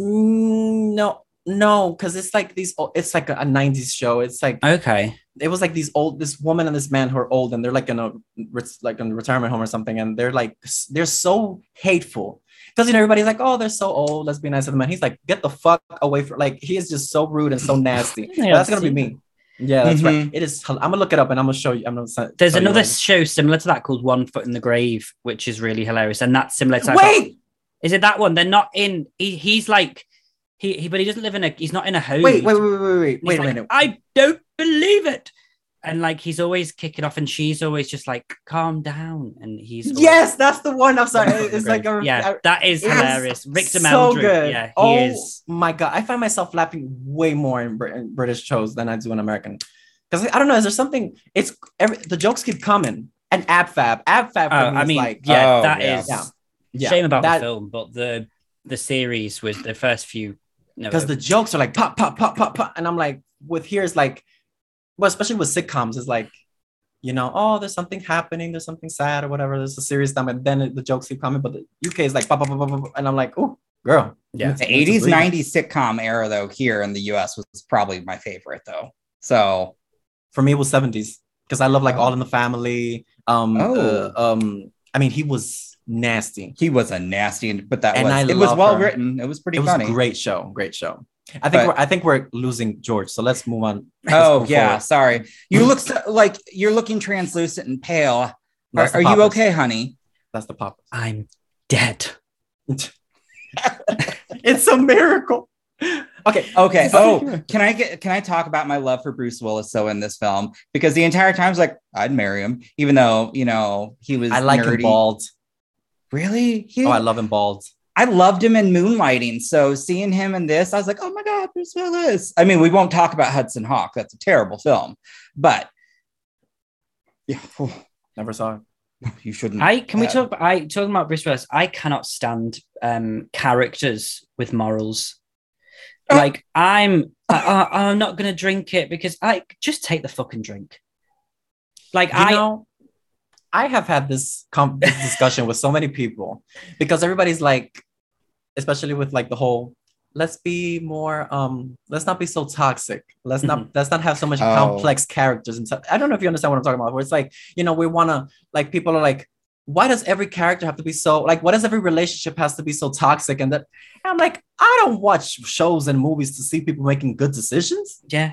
Mm, no, no, because it's like these. o- It's like a, a '90s show. It's like okay, it was like these old, this woman and this man who are old, and they're like in a ret- like in a retirement home or something, and they're like s- they're so hateful. Because you know everybody's like, oh, they're so old. Let's be nice to them. And he's like, get the fuck away from. Like he is just so rude and so nasty. Yeah, that's I've gonna be seen me. Yeah, that's right. Mhm. It is. I'm gonna look it up and I'm gonna show you. I'm gonna. send- Mm-hmm. there's show you another right now. show similar to that called One Foot in the Grave, which is really hilarious, and that's similar to Wait, Is it that one? They're not in. He, he's like he, he, but he doesn't live in a. He's not in a home. wait, wait, wait, wait, wait, wait, He's wait a like, minute. I don't believe it. And like he's always kicking off, and she's always just like, "Calm down." And he's always- Yes, that's the one. I'm sorry. Wonderful It's like a, yeah, that is Yes. hilarious. Rick so Damaldry, good. yeah, he oh is. my god, I find myself laughing way more in, Br- in British shows than I do in American. Because I don't know, is there something? It's every, the jokes keep coming. And ab fab, ab fab. Oh, I mean, like yeah, Oh, that is yeah. Yeah. yeah, shame about that- the film, but the the series was the first few. No, because the jokes are like pop, pop, pop, pop, pop, and I'm like, with here is like, well, especially with sitcoms, it's like, you know, oh, there's something happening, there's something sad or whatever, there's a serious time, and then the jokes keep coming. But the UK is like, pop, pop, pop, pop, pop, and I'm like, oh, girl, Yeah. The 80s, breather. 90s sitcom era, though, here in the US was probably my favorite, though. So For me, it was 70s because I love like All in the Family. Um, Oh. uh, um, I mean, he was nasty. he was a nasty, but that And was I it was love well her. written. It was pretty it was funny. a great show, great show. I think But- we're, I think we're losing George, so let's move on. Let's Oh move yeah, forward. sorry. You look so, like you're looking translucent and pale. Are, That's the are you poppers. okay, honey? That's the pop. I'm dead. It's a miracle. Okay, Okay. It's Oh, okay. can I get can I talk about my love for Bruce Willis so in this film? Because the entire time I was like, I'd marry him, even though you know he was. I like him nerdy. bald. Really? He, Oh, I I, love him bald. loved him in Moonlighting. So seeing him in this, I was like, oh my god, Bruce Willis. I mean, we won't talk about Hudson Hawk. That's a terrible film, but yeah, Never saw him. you shouldn't. Mm, I can we Yeah. talk? about- I talking about Bruce Willis. I cannot stand um characters with morals. Uh. Like I'm, I, I, I'm not gonna drink it because I just take the fucking drink. Like You I, know, I have had this, com- this discussion with so many people because everybody's like, especially with like the whole, let's be more, um, let's not be so toxic. Let's not, let's not have so much Oh. complex characters. And so, I don't know if you understand what I'm talking about. Where it's like, you know, we wanna like people are like, why does every character have to be so like? Why does every relationship has to be so toxic? And that and I'm like, I don't watch shows and movies to see people making good decisions. yeah,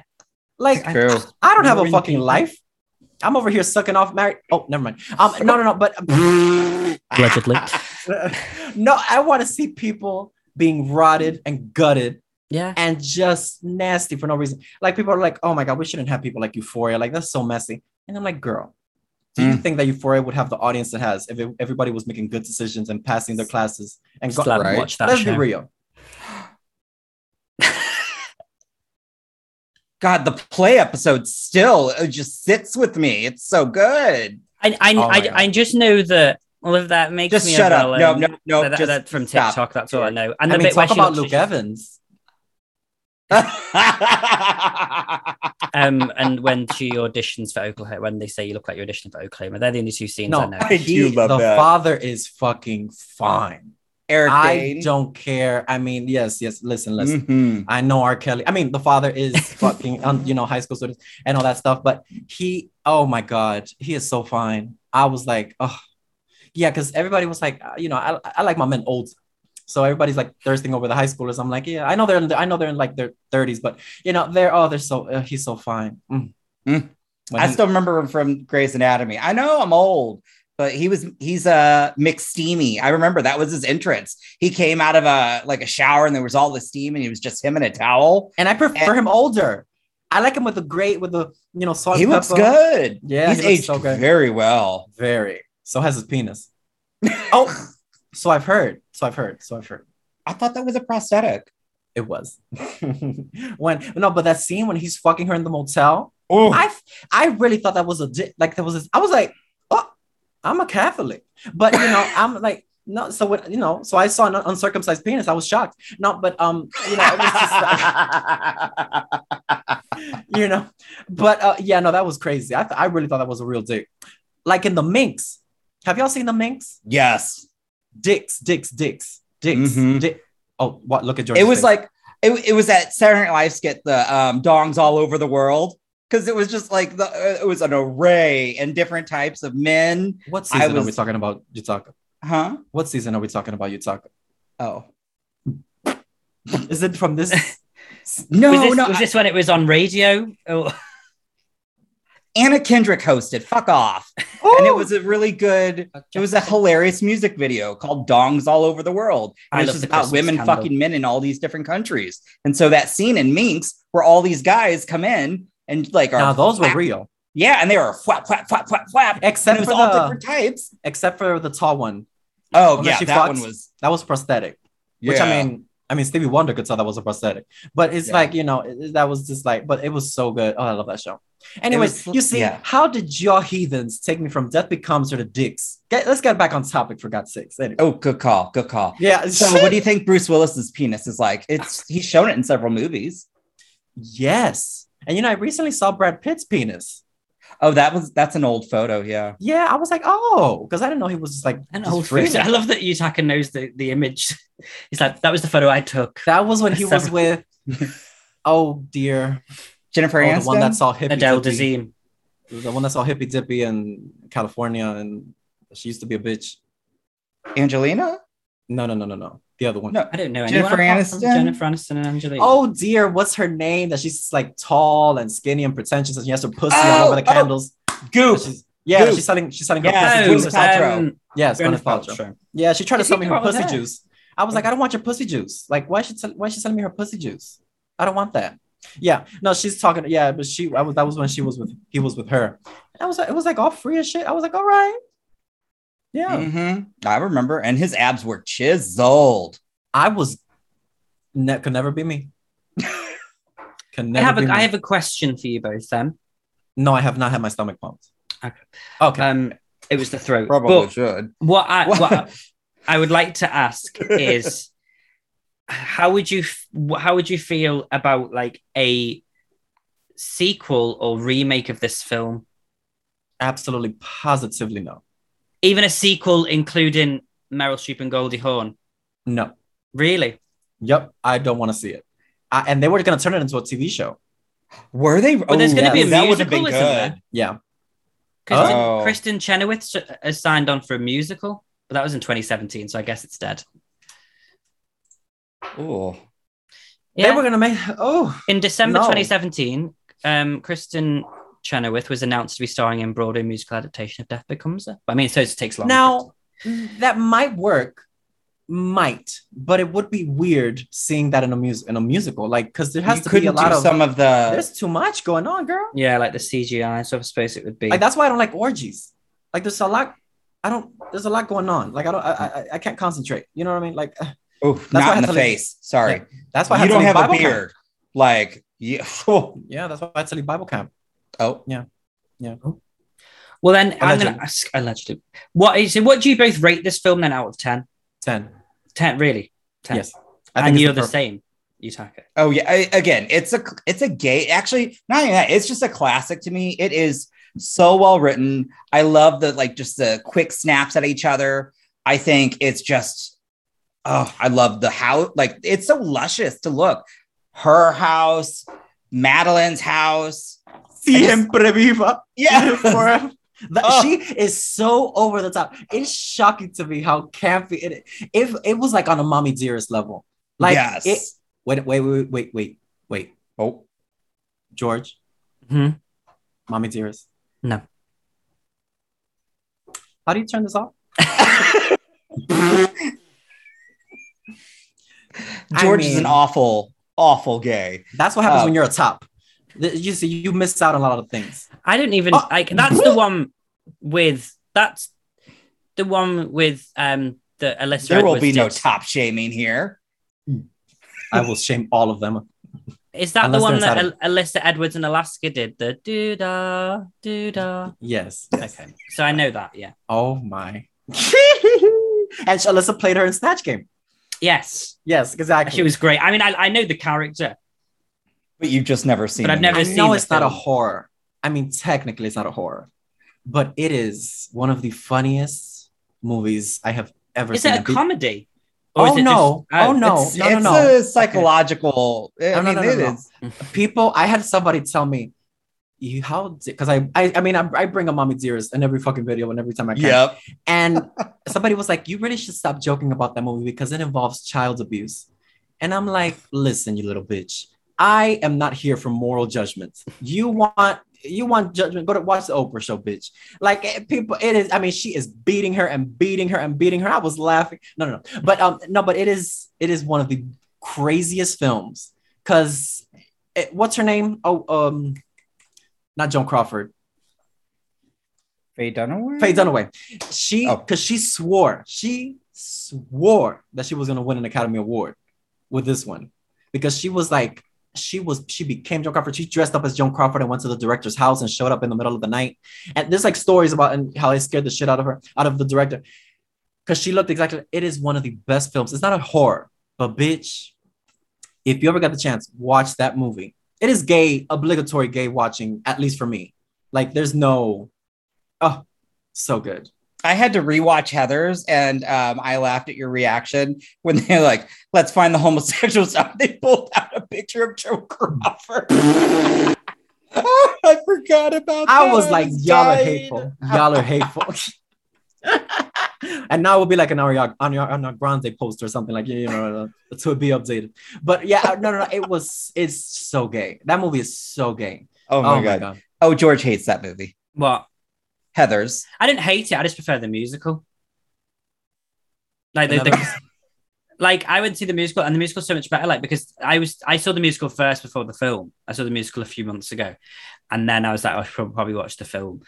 Like, I- True. I don't have a Boring fucking people. life. I'm over here sucking off married. Oh, never mind. Um, no, no, no. But Allegedly. no, I want to see people being rotted and gutted yeah. and just nasty for no reason. Like people are like, oh my god, we shouldn't have people like Euphoria. Like that's so messy. And I'm like, girl, Do Hmm. you think that Euphoria would have the audience it has if it- everybody was making good decisions and passing their classes and Still haven't watched that Let's show. be real. God, the play episode still uh, just sits with me. It's so good. I I, Oh my I, God. I just know that all of that makes Just me shut up. No, overwhelmed. no, no. That- just that's from stop. TikTok. That's all I know. And I the mean, bit where talk she about looks- Luke Evans. um, and when she auditions for Oklahoma, when they say you look like you're auditioning for Oklahoma, they're the only two scenes I No, know. I do he- love the that. father is fucking fine. Eric I Dane. don't care. I mean, yes, yes. Listen, listen. Mhm. I know R. Kelly. I mean, the father is fucking, um, you know, high school students and all that stuff. But he, oh my God, he is so fine. I was like, oh, yeah, because everybody was like, uh, you know, I, I like my men old. So everybody's like thirsting over the high schoolers. I'm like, yeah, I know they're, in the, I know they're in like their 30s, but you know, they're, oh, they're so, uh, he's so fine. Mm. Mm. When I he- still remember him from Grey's Anatomy. I know I'm old, but he was he's a uh, McSteamy. I remember that was his entrance. He came out of a like a shower and there was all the steam and he was just him in a towel. and I prefer him older. I like him with the great, with the, you know, salt. He and looks pepper. good. Yeah, he's he looks aged so good. very well. Very. So has his penis. oh, so I've heard. So I've heard. So I've heard. I thought that was a prosthetic. It was when no, but that scene when he's fucking her in the motel, Oh, I I really thought that was a di- like that was a, I was like, oh, I'm a Catholic, but you know I'm like no, so when you know, so I saw an uncircumcised penis, I was shocked. No, but um, you know, it was just like, you know, but uh, yeah, no, that was crazy. I th- I really thought that was a real dick, like in the Minx. Have y'all seen the Minx? yes. Dicks, dicks, dicks, dicks, Mhm. dick. Oh, what? Look at George. It was like it, it was that Saturday Night Live skit, the um, dongs all over the world, because it was just like the uh, it was an array and different types of men, what I season was- are we talking about? Yutaka. huh? What season are we talking about? Yutaka. Oh Is it from this? no, was, this, no, was this when it was on radio? Oh, Anna Kendrick hosted. Fuck off. And it was a really good, it was a hilarious music video called Dongs All Over the World. And I it's love just the about Christmas women candle. fucking men in all these different countries. And so that scene in Minx where all these guys come in and like are now those were real, yeah, and they were flap, flap, flap, flap, flap. And except it was for all the different types. except for the tall one. Oh Well, yeah, she that fucks. one was That was prosthetic. Which I yeah. mean, I mean Stevie Wonder could tell that was a prosthetic, but it's Yeah. like you know it- that was just like, but it was so good. Oh, I love that show. Anyways, was- you see, yeah. how did your heathens take me from Death Becomes her to Dicks? Get, let's get back on topic for God's sakes. Anyway. Oh, good call. Good call. Yeah. So, what do you think Bruce Willis's penis is like? It's he's shown it in several movies. yes. And you know, I recently saw Brad Pitt's penis. Oh, that was that's an old photo. Yeah. Yeah, I was like, oh, because I didn't know he was just like an just old free. photo. I love that Yutaka knows the, the image. He's like, that was the photo I took. That was when he was Several- with. Oh dear, Jennifer Oh, Aniston. the one that saw hippie Adele dippy. Dazeem. the one that saw hippie dippy in California, and she used to be a bitch. Angelina. No, no, no, no, no, the other one. No. I don't know anyone. Jennifer apart from Aniston? Jennifer Aniston and Angelina. Oh dear, what's her name? That she's like tall and skinny and pretentious, and she has her pussy Oh, all over the oh, candles. Goop. She's- yeah, Goop. she's selling. She's selling her Yeah, Gwyneth pussy no, juice or something. Paltrow. um, Yeah, it's Gwyneth Gwyneth Paltrow. Paltrow. Yeah, she tried to Is sell he me her wrong with pussy that? juice. I was like, I don't want your pussy juice. Like, why is she tell- why is she selling me her pussy juice? I don't want that. Yeah, no, she's talking. Yeah, but she, I was that was when she was with he was with her. And I was like, it was like all free as shit. I was like, all right, yeah. Mm. Mhm. I remember, and his abs were chiseled. I was ne- could never be me. can I never have be a, me. I have a question for you both then. no, I have not had my stomach pumped. Okay. Okay. Um, it was the throat. But should. what I What? what I- I would like to ask is, how would you f- how would you feel about like a sequel or remake of this film? Absolutely positively no. Even a sequel including Meryl Streep and Goldie Hawn. No. Really? Yep. I don't want to see it. I, and they were gonna turn it into a TV show. Were they? But there's going to yes. be a musical, that would have been isn't there? good. Yeah. Kristen, Oh. Kristen Chenoweth s- has signed on for a musical, but that was in 2017, so I guess it's dead. Ooh. Yeah. They were gonna make oh In December No. 2017, um, Kristen Chenoweth was announced to be starring in Broadway musical adaptation of Death Becomes Her. I mean, so it takes long. now that might work. Might, but it would be weird seeing that in a mus- in a musical, like because there has you to couldn't be a lot do of some uh, of the. there's too much going on, girl. yeah, like the CGI. So I suppose it would be. Like that's why I don't like orgies. Like there's a lot. I don't. There's a lot going on. Like I don't. I I, I can't concentrate. You know what I mean? Like Oh, why I not in had the to leave. face. Sorry. that's why I you had to don't leave have Bible a beard. Like, oh. yeah. oh, Camp. Yeah, that's why I had to leave Bible camp. Well, then I'm going Allegedly. to ask allegedly. What is so What do you both rate this film then out of ten? Ten. Ten, really? Ten. Yes. I and it's you're the the perfect- same, Utaka. oh yeah. I- again, it's a it's a gay. Actually, not even that. It's just a classic to me. It is so well written. I love the like just the quick snaps at each other. I think it's just oh, I love the how like it's so luscious to look. Her house, Madeline's house. Siempre viva. Yeah. forever. That- Oh. She is so over the top. It's shocking to me how campy it. If it was like on a mommy dearest level, like yes. it. Wait, wait, wait, wait, wait, wait, oh. George, Hmm? mommy dearest. No. How do you turn this off? I George is an mean- awful, awful gay. That's what happens Uh, when you're a top. Th- You see, you miss out on a lot of things. I don't even Oh. like. That's the one with. That's the one with um the Alyssa. There will be no Edwards-Dix. top shaming here. I will shame all of them. Is that unless the one they're that Al- Alyssa Edwards and Alaska did? The doo da doo da. Yes. Okay, so I know that. Yeah. Oh my. and Alyssa played her in Snatch Game. Yes, Yes, exactly. she was great. I mean, I, I know the character. But you've just never seen. But I've them. never I seen know the it's not a film. horror. I mean, technically, it's not a horror, but it is one of the funniest movies I have ever Is seen. it a Be- comedy? Oh, no. Oh, no. It's, no, it's no. a psychological. I No, no, mean, no, it no, no. is- People, I had somebody tell me, "You how?" Because I, I, I mean, I, I bring a mommy dearest in every fucking video and every time I can. Yep. And somebody was like, "You really should stop joking about that movie because it involves child abuse." And I'm like, "Listen, you little bitch. I am not here for moral judgments. You want you want judgment? Go to watch the Oprah show, bitch. Like eh, people, it is. I mean, she is beating her and beating her and beating her. I was laughing. No, no, no. But um, no, but it is it is one of the craziest films because what's her name? Oh, um, not Joan Crawford. Faye Dunaway. Faye Dunaway. She Oh. because she swore, she swore that she was gonna win an Academy Award with this one. Because she was like, she was she became Joan Crawford. She dressed up as Joan Crawford and went to the director's house and showed up in the middle of the night. And there's like stories about and how they scared the shit out of her, out of the director. Cause she looked exactly it is one of the best films. It's not a horror, but bitch, if you ever got the chance, watch that movie. It is gay, obligatory gay watching, at least for me. Like there's no oh so good. I had to rewatch Heather's, and um, I laughed at your reaction when they're like, "Let's find the homosexuals." out." They pulled out a picture of Joe Crawford. I forgot about. I that. was like, just y'all are died." hateful. Y'all are hateful. and now it would be like an Ariana, Ariana Grande post or something like, you know, to be updated. But yeah, uh, no, no, no. It was, it's so gay. That movie is so gay. Oh my, god. Oh, George hates that movie. What? Heather's. I didn't hate it. I just prefer the musical. Like the, the- Another- like I went to see the musical, and the musical's so much better. Like because I was I saw the musical first before the film. I saw the musical a few months ago, and then I was like, "Oh, I should probably watch the film.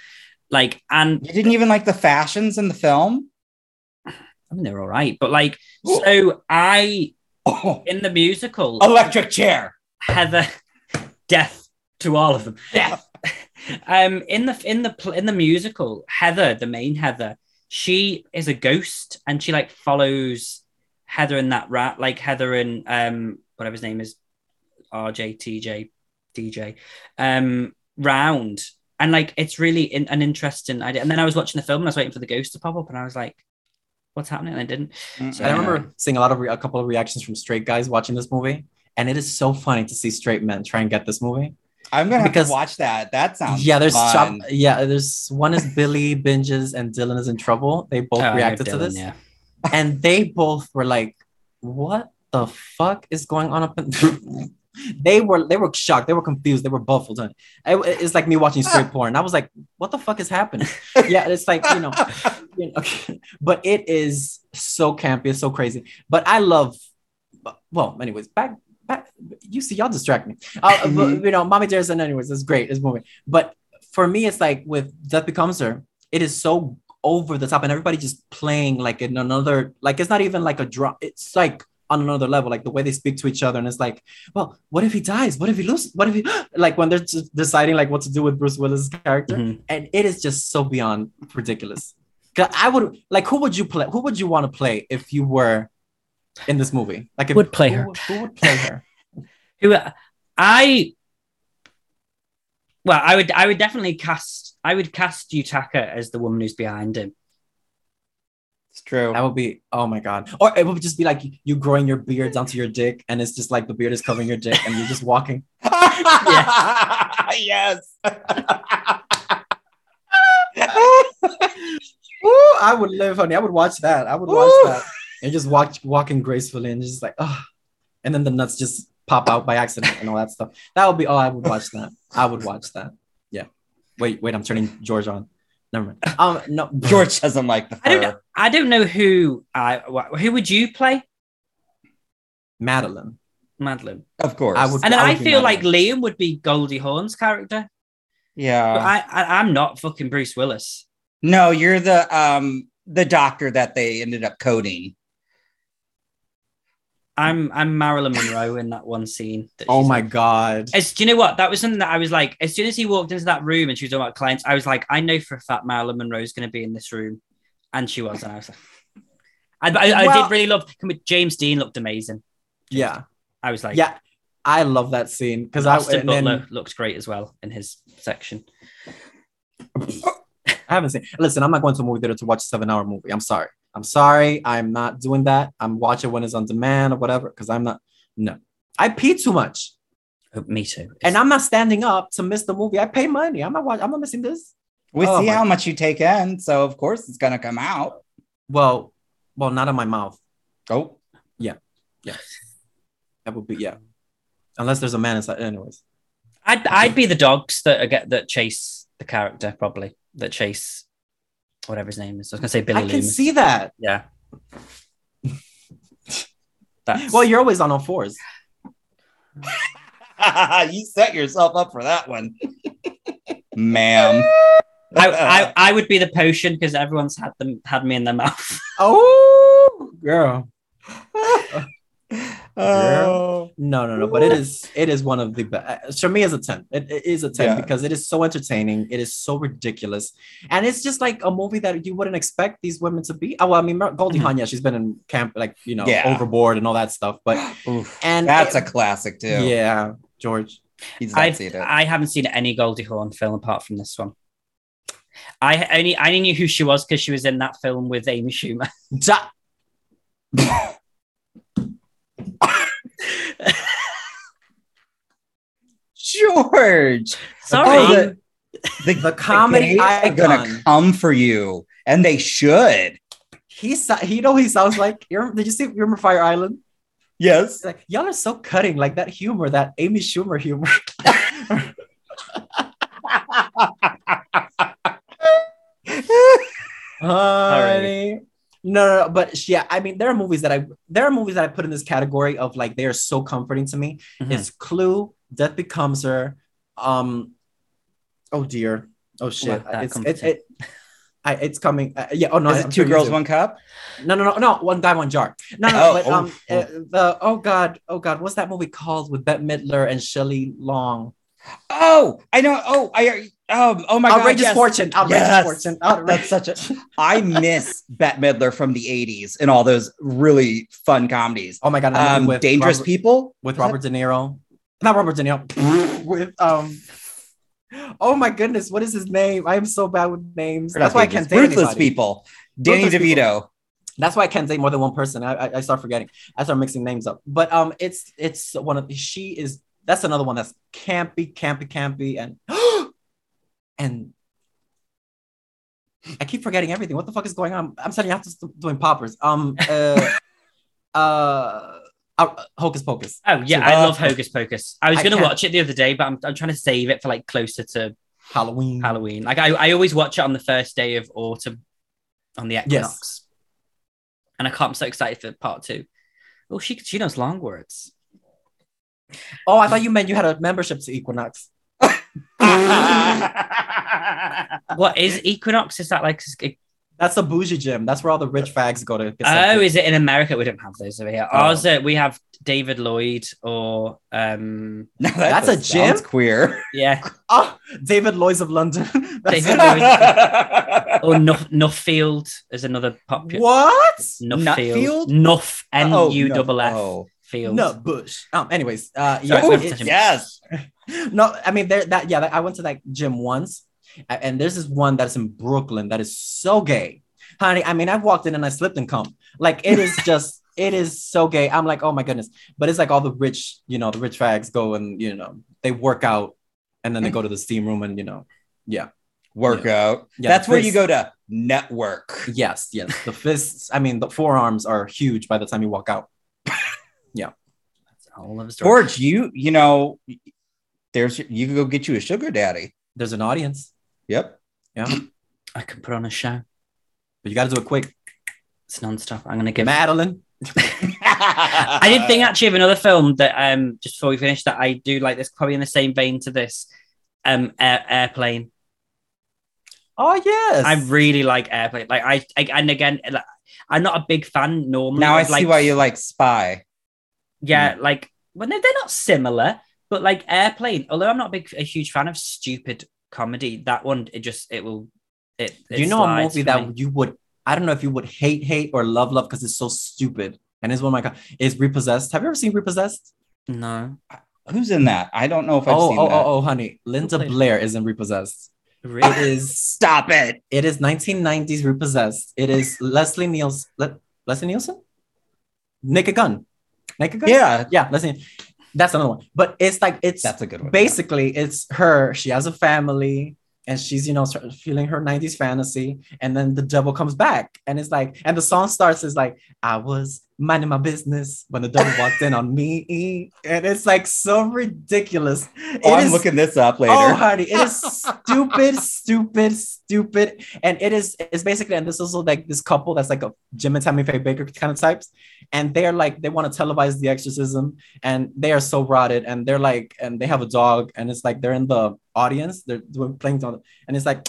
Like and You didn't even like the fashions in the film. I mean they're all right, but like so I Oh, in the musical electric chair. Heather death to all of them. Death. um, in the in the pl- in the musical, Heather, the main Heather, she is a ghost and she like follows Heather and that rat, like Heather and um whatever his name is, RJ, TJ, DJ, um, round. And like it's really in, an interesting idea. And then I was watching the film and I was waiting for the ghost to pop up and I was like, what's happening? And I didn't. And I remember seeing a lot of re- a couple of reactions from straight guys watching this movie. And it is so funny to see straight men try and get this movie. I'm gonna have because- to watch that. That sounds yeah, there's fun. some- yeah, there's one is Billy binges and Dylan is in trouble. They both Oh, I know reacted to Dylan, this. Yeah. and they both were like, "What the fuck is going on up?" In- they were they were shocked. They were confused. They were baffled. It- It's like me watching straight porn. I was like, "What the fuck is happening?" yeah, it's like you know, you know, okay. but it is so campy. It's so crazy. But I love. but- Well, anyways, back. back you see, y'all distract me. Uh, but, you know, Mommy Dearest and anyways, it's great. It's moving. But for me, it's like with Death Becomes Her. it is so over the top and everybody just playing like in another like it's not even like a drop it's like on another level like the way they speak to each other and it's like well what if he dies what if he loses what if he like when they're just deciding like what to do with bruce willis's character Mhm. and it is just so beyond ridiculous 'Cause i would like who would you play who would you want to play if you were in this movie like if Would play who her. would- who would play her Who I well, I would I would definitely cast I would cast Yutaka as the woman who's behind him. It's true. That would be oh my god. Or it would just be like you growing your beard down to your dick, and it's just like the beard is covering your dick, and you're just walking. yes. Ooh, I would live, honey. I would watch that. I would watch Ooh. that. And just watch walking gracefully and just like, oh. And then the nuts just pop out by accident and all that stuff. That would be oh, I would watch that. I would watch that. Yeah. Wait, wait, I'm turning George on. Never mind. Um no George doesn't like the I don't fur. I don't know who I wh- who would you play, Madeline. Madeline. Of course. I would- And then I I, would be feel like Madeline. Liam would be Goldie Hawn's character. Uh. But Yeah. I, I I'm not fucking Bruce Willis. No, you're the um the doctor that they ended up coding. I'm I'm Marilyn Monroe in that one scene. That Oh she's my in. god. As, do you know what? That was something that I was like, as soon as he walked into that room and she was talking about clients, I was like, I know for a fact Marilyn Monroe's going to be in this room. And she was. And I was like, I, I, I Well- did really love, James Dean looked amazing. Yeah. I was like, Yeah. I love that scene because I Austin and then- Butler looked great as well in his section. I haven't seen. Listen, I'm not going to a movie theater to watch a seven-hour movie. I'm sorry. I'm sorry. I'm not doing that. I'm watching when it's on demand or whatever. Because I'm not. No, I pee too much, Oh, me too. and I'm not standing up to miss the movie. I pay money. I'm not watching. I'm not missing this. We Oh see my- how much you take in, so of course it's gonna come out. Well, well, not in my mouth. Oh, That would be yeah. Unless there's a man inside. Anyways, I'd, I'd be the dogs that are get that chase the character, probably, that chase whatever his name is. I was going to say Billy I can Loomis. see that. Yeah. That's, Well, you're always on all fours. you set yourself up for that one, ma'am. I, I, I would be the potion because everyone's had them had me in their mouth. Oh, girl. oh, No, no, no. But it is it is one of the best. For me, is a ten. It, it is a ten Yeah. because it is so entertaining. It is so ridiculous, and it's just like a movie that you wouldn't expect these women to be. Oh, well, I mean, Mer- Goldie Mhm. Hawn, yeah, she's been in camp, like you know, Mm-hmm. Yeah. overboard and all that stuff. But Oof. and that's a it- classic too. yeah, George. he's not I've, seen it. I haven't seen any Goldie Hawn film apart from this one. I only I only knew who she was because she was in that film with Amy Schumer. Da- George, Sorry, Oh, the- the, The comedy gays are icon. gonna come for you, and they should. he so- he you know he sounds like. You remember- did you see you remember Fire Island? Yes, It's like y'all are so cutting, like that humor, that Amy Schumer humor. Honey. No, no, no, but yeah, I mean, there are movies that I there are movies that I put in this category of like they are so comforting to me. Mm-hmm. Mhm. It's Clue, Death Becomes Her, um, oh dear, oh shit, that it's comes it, to- it, I, it's coming. Uh, yeah, oh no, is I'm it sure two you girls, do. one cup? No, no, no, no, one guy, one jar. No, no, Oh, but oh, um, oh. uh, the oh god, oh god, what's that movie called with Bette Midler and Shelley Long? Oh, I know. Oh, I um, oh my Outrageous god, yes. Fortune, Outrageous Yes. Fortune, Outrageous. That's such a. I miss Bette Midler from the '80s and all those really fun comedies. Oh my god, I'm Um, with Dangerous Robert- People with Was it- Robert De Niro. Not Robert De Niro. with um. Oh my goodness, what is his name? I am so bad with names. Or not That's why I Dangerous, can't date Ruthless anybody. People. Danny Ruthless DeVito. People. That's why I can't date more than one person. I, I I start forgetting. I start mixing names up. But um, it's it's one of she is. That's another one that's campy, campy, campy, and and I keep forgetting everything. What the fuck is going on? I'm suddenly after doing poppers. Um, uh, uh, uh, Hocus Pocus. oh yeah, Uh, I love Hocus Pocus. I was I gonna can't- watch it the other day, but I'm, I'm trying to save it for like closer to Halloween. Halloween. Like I, I always watch it on the first day of autumn, on the equinox, and I can't. I'm so excited for part two. Oh, she she knows long words. Oh, I thought you meant you had a membership to Equinox. what is Equinox? Is that like? That's a bougie gym. That's where all the rich fags go to. Get Oh, something. is it in America? We don't have those over here. Oh. Ours, uh, we have David Lloyd or um, Now, That's just a gym? sounds queer. yeah, oh, David Lloyd's of London. That's- David or Nuff, Nuffield is another popular. what? Nuffield, Nuffield? Nuff N Oh, U double F Oh. Field. No, Bush. Um. Anyways, uh, Sorry, yeah. we Ooh, have it- to- yes. no, I mean there. That yeah. I went to that gym once, a- and there's this one that's in Brooklyn that is so gay, honey. I mean, I've walked in and I slipped and come. Like it is just, it is so gay. I'm like, oh my goodness. But it's like all the rich, you know, the rich fags go and you know they work out, and then they go to the steam room and you know, Workout. Yeah, That's where you go please. to network. yes, yes. The fists. I mean, the forearms are huge by the time you walk out. That's a whole other story. George, you you know, there's you can go get you a sugar daddy. There's an audience, Yep. I can put on a show. but you got to do it quick. It's non-stop. I'm gonna give. Madeline. I I did think actually of another film that um just before we finish that I do like this probably in the same vein to this um Air- airplane. Oh yes. I really like airplane. Like I, I and again like, I'm not a big fan normally. now I of, see like, why you like spy. yeah Mm. like well no, they're not similar but like airplane. Although I'm not a big a huge fan of stupid comedy, that one it just it will it. Do it you know a slides movie for that me. you would I don't know if you would hate hate or love love because it's so stupid and it's one of my co- is repossessed. Have you ever seen repossessed? no Who's in that? I don't know if I've Oh seen oh, that. oh oh honey, Linda played it? Blair is in repossessed. It really is Stop it. it is 1990s repossessed. It is Leslie Niels Le- Leslie Nielsen, Naked Gun, Naked Gun. Yeah. yeah, Leslie. That's another one, but it's like it's That's a good one. basically it's her she has a family and she's you know start- feeling her 90s fantasy and then the devil comes back and it's like and the song starts is like i was minding my business when the devil walked in on me and it's like so ridiculous Oh, It I'm is- looking this up later. Oh, honey, it is stupid, stupid, stupid, and it is it's basically and this is also like this couple that's like a Jim and Tammy Faye Baker kind of types, and they're like they want to televise the exorcism, and they are so rotted, and they're like and they have a dog, and it's like they're in the audience, they're doing playing on, and it's like.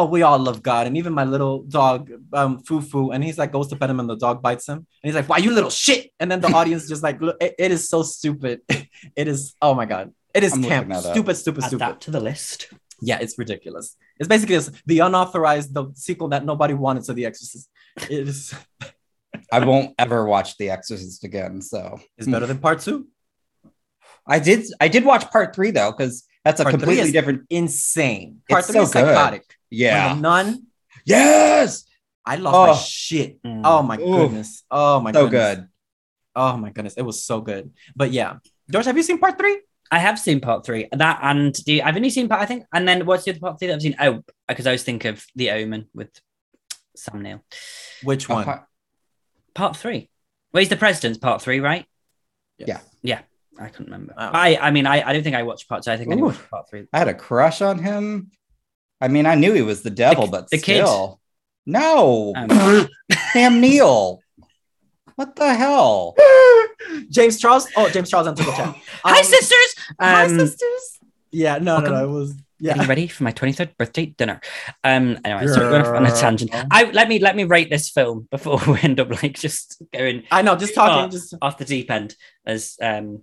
Oh, we all love God, and even my little dog, um, Fufu, and he's like goes to pet him, and the dog bites him, and he's like, "Why you little shit?" And then the audience just like, look, it- it is so stupid. It is, oh my god, it is I'm looking camp, that up. stupid, stupid, add stupid. that to the list. Yeah, it's ridiculous. It's basically it's the unauthorized, the sequel that nobody wanted to The Exorcist. It is I won't ever watch The Exorcist again. So it's better than part two. I did I did watch part three though, because that's a Part three completely is- different Insane. Part It's three so is good. psychotic. Yeah. When the nun, yes. I lost Oh. my shit. Mm. Oh my Oof. goodness. Oh my So goodness. good. Oh my goodness. It was so good. But yeah. George, have you seen part three? I have seen part three. That and the, I've only seen part I think, and then what's the other part three that I've seen? Oh, because I always think of The Omen with Sam Neill. Which one? Apart- Part three. Well, he's the president's part three, right? Yeah. Yeah. I couldn't remember. Oh. I I mean I, I don't think I watched part two. I think I only Ooh. watched part three. I had a crush on him. I mean, I knew he was the devil, The- but the kid? still. No. Um. Sam Neil. What the hell? James Charles. Oh, James Charles entered the chat. Hi Um, sisters. Hi, Um, sisters. Yeah, no, no, no. It welcome. was Getting yeah. ready for my 23rd birthday dinner. Um anyway, so we're going off on a tangent. Girl. I let me let me rate this film before we end up like just going I know, just Uh, talking, just off the deep end, as um,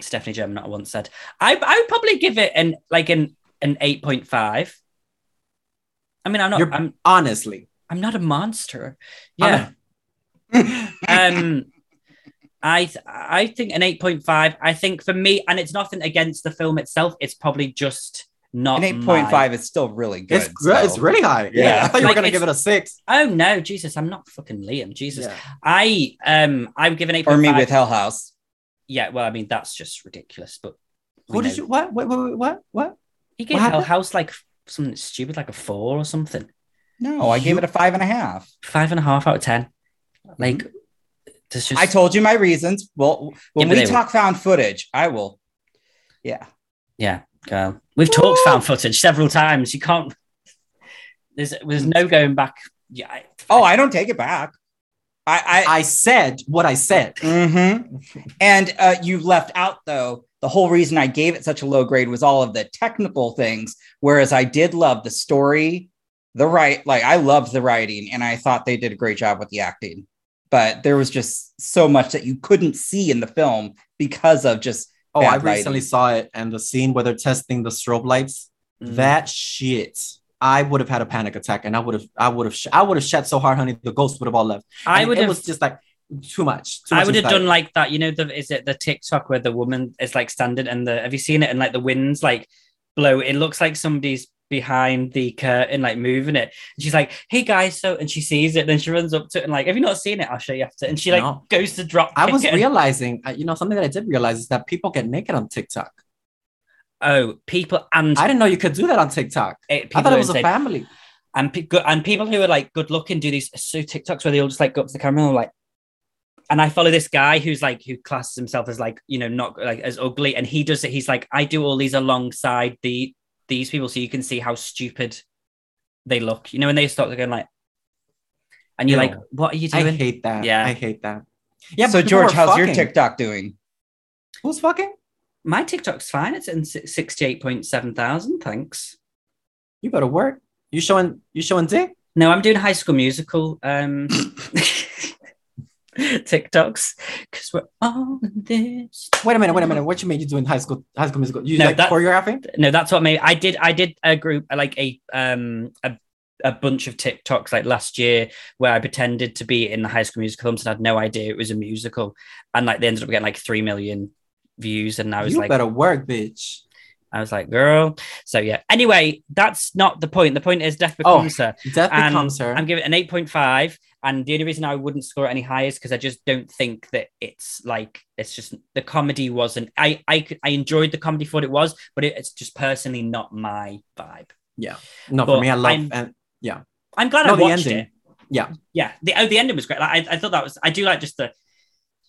Stephanie Gemini once said. I I would probably give it an like an an eight point five. I mean, I'm not. You're- I'm honestly. I'm not a monster. I'm Yeah. um, I th- I think an eight point five. I think for me, and it's nothing against the film itself. It's probably just not An Oh my- 8.5 is still really good. It's good. It's so- really high. Yeah. Yeah. I thought you Like, were gonna it's- give it a six. Oh no, Jesus! I'm not fucking Liam. Jesus, Yeah. I um, I would give an eight Or point me five. with Hell House. yeah, well, I mean that's just ridiculous. But we Who know. did you? What? What? What? What? What? He gave What Hell happened? House like something stupid, like a four or something. No, I gave You- it a five and a half. Five and a half out of ten. Mm-hmm. Like, there's just I told you my reasons. Well, when Yeah, but we they- talk found footage, I will. Yeah. yeah, girl. We've talked found footage several times. You can't. There's there's no going back. Yeah, I- Oh, I don't take it back. I, I, I said what I said. Mm-hmm. Mhm. and uh, you left out though The whole reason I gave it such a low grade was all of the technical things, whereas I did love the story, the right, like I loved the writing, and I thought they did a great job with the acting. But there was just so much that you couldn't see in the film because of just Oh, I Bad recently lighting. saw it, and the scene where they're testing the strobe lights. That shit. I would have had a panic attack, and I would have, I would have, sh- I would have shat so hard, honey. The ghosts would have all left. I And would It have was just like too much. Too I much would have anxiety. done like that. You know, the is it the TikTok where the woman is like standing and the have you seen it? And like the winds like blow. It looks like somebody's behind the curtain, like moving it. And she's like, "Hey guys!" So and she sees it, then she runs up to it and like, "Have you not seen it? I'll show you after." And she like No. goes to drop. I was kick it. realizing, uh, you know, something that I did realize is that people get naked on TikTok. Oh, people and I didn't know you could do that on TikTok. it, people I thought are it was a insane. family. and pe- go- and people who are like good looking do these so TikToks where they all just like go up to the camera and are like. And I follow this guy who's like who classes himself as like you know not like as ugly, and he does it. He's like I do all these alongside the these people, so you can see how stupid they look. You know, when they start going like, and you're like, Ew. what are you I doing? hate that. Yeah. I hate that. yeah. So people George, were how's your fucking. TikTok doing? Who's fucking? My TikTok's fine. It's in sixty eight point seven thousand. Thanks. You better work. You showing? You showing dick? No, I'm doing High School Musical um, TikToks because we're all in this. Wait a minute. Wait a minute. What you mean? You doing high school? High school musical? You No, like that- choreographing? no that's what made i did i did a group like a um a, a bunch of tiktoks like last year where i pretended to be in the high school musical films and had no idea it was a musical and like they ended up getting like 3 million views and i was You like better work, bitch. i was like girl so yeah anyway that's not the point the point is death Oh, becomes her Death and becomes her. i'm giving it an 8.5 and the only reason i wouldn't score it any higher is because i just don't think that it's like it's just the comedy wasn't i i, could- I enjoyed the comedy for what it was but it, it's just personally not my vibe no, but for me, I love I'm- and I'm glad no, I the watched ending. it. Yeah. Yeah. The oh, the ending was great. Like, I, I thought that was. I do like just the.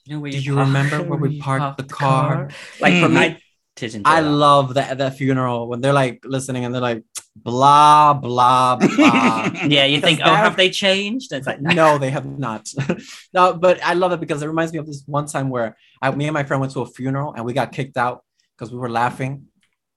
You know where Do you, you park- remember where we you parked the car? Mm-hmm. Like for Mm. me, I, tis enjoy I that. love that that funeral when they're like listening and they're like blah blah blah. Yeah, you think, Because oh, that- have they changed? And it's like, no. no, they have not. no, but I love it because it reminds me of this one time where I, me and my friend went to a funeral and we got kicked out because we were laughing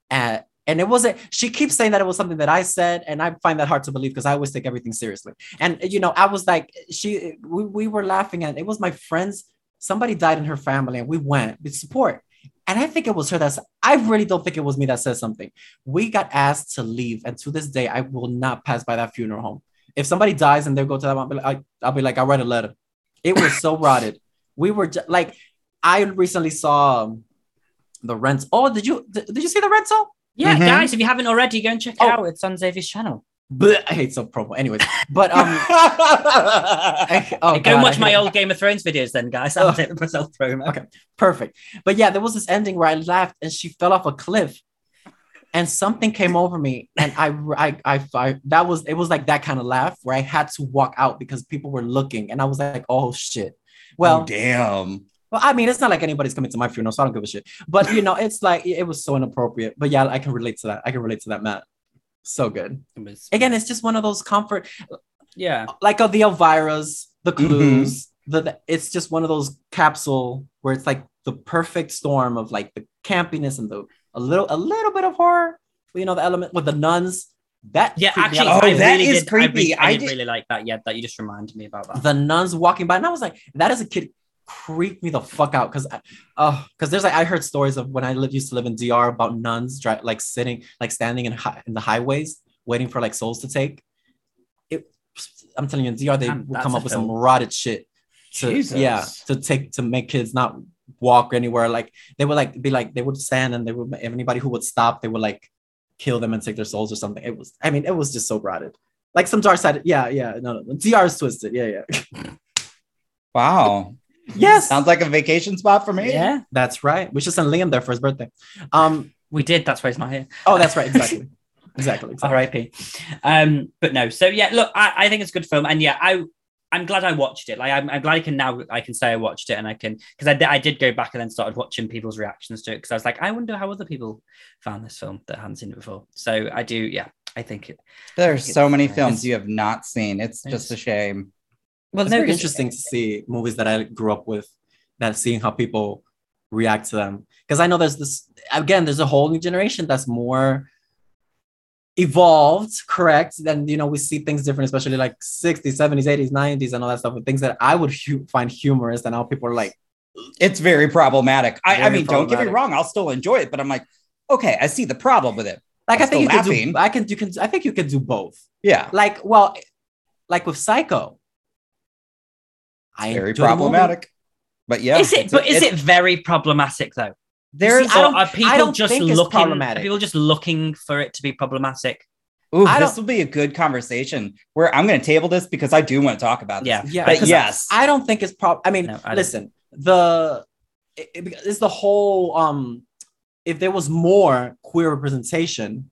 at. And it wasn't, she keeps saying that it was something that I said, and I find that hard to believe because I always take everything seriously. And, you know, I was like, she, we, we were laughing, and it was my friend's, somebody died in her family, and we went with support. And I think it was her that's, I really don't think it was me that said something. We got asked to leave, and to this day, I will not pass by that funeral home if somebody dies and they go to that one, I'll be like, I'll be like, I write a letter. It was so rotted. We were ju- like, I recently saw um, the rent. Oh, did you did, did you see the rental? Yeah, Mhm. guys, if you haven't already, go and check it Mm-hmm. Oh. out. It's on Xavier's channel. But I hate self promo. Anyways, but um, I- oh, Hey, go and God, watch I my hate- old Game of Thrones videos, then, guys. I'll Ugh. take myself promo. Okay. perfect. But yeah, there was this ending where I laughed and she fell off a cliff, and something came over me, and I I I, I that was it was like that kind of laugh where I had to walk out because people were looking, and I was like, oh shit. Well, oh, damn. Well, I mean, it's not like anybody's coming to my funeral, so I don't give a shit. But you know, it's like it it was so inappropriate. But yeah, I can relate to that. I can relate to that, Matt. So good. It was- Again, it's just one of those comfort, yeah. like of the Elvira's, the clues. The, the- it's just one of those capsule where it's like the perfect storm of like the campiness and the a little a little bit of horror. You know, the element with the nuns. That Yeah, creeped me actually, out. Oh, I that really is did, I re- creepy. I, I did did- really like that. Yeah, that you just reminded me about that. the nuns walking by, and I was like, that as a kid creeped me the fuck out because, oh, because there's like I heard stories of when I lived used to live in DR about nuns dri- like sitting like standing in hi- in the highways waiting for like souls to take. It, I'm telling you, in DR they Damn, will that's come a up with some film. rotted shit. To, Jesus. Yeah, to take to make kids not walk anywhere. Like they would like be like they would stand and they would if anybody who would stop they would like kill them and take their souls or something. It was I mean it was just so rotted. Like some dark side. Yeah, yeah. No, no. DR is twisted. Yeah, yeah. Wow. Yes. Sounds like a vacation spot for me. Yeah, That's right. We should send Liam there for his birthday. Um. we did. That's why he's not here. Oh, that's right. Exactly. exactly. exactly. R.I.P. Um, but no, so yeah, look, I, I think it's a good film, and yeah, I I'm glad I watched it. Like I'm, I'm glad I can now I can say I watched it, and I can because I, di- I did go back and then started watching people's reactions to it because I was like, I wonder how other people found this film that hadn't seen it before. So I do, yeah, I think it. There are so many It's- films you have not seen. It's just a It's- shame. Well, It's very interesting to see movies that I grew up with, that seeing how people react to them because I know there's this again. There's a whole new generation that's more evolved, correct? Then you know we see things different, especially like 60s, 70s, 80s, 90s, and all that stuff. With things that I would hu- find humorous, and now people are like, It's very problematic. I, I Very mean, don't get me problematic. wrong, I'll still enjoy it, but I'm like, okay, I see the problem with it. like I That's think you the can do. laughing. I can you can. I think you can do both. Yeah. Like well, like with Psycho. I Very enjoy the movie. problematic. But yeah. is it? it's- But is it very problematic though? There's I Or don't- are people don't just think it's looking? problematic. Are people just looking for it to be problematic? ooh, I this don't- will be a good conversation where I'm going to table this because I do want to talk about this. Yeah. Yeah, But because yes, I don't think it's prob. I mean, No, I don't. listen, the it, it- because it's the whole um. If there was more queer representation,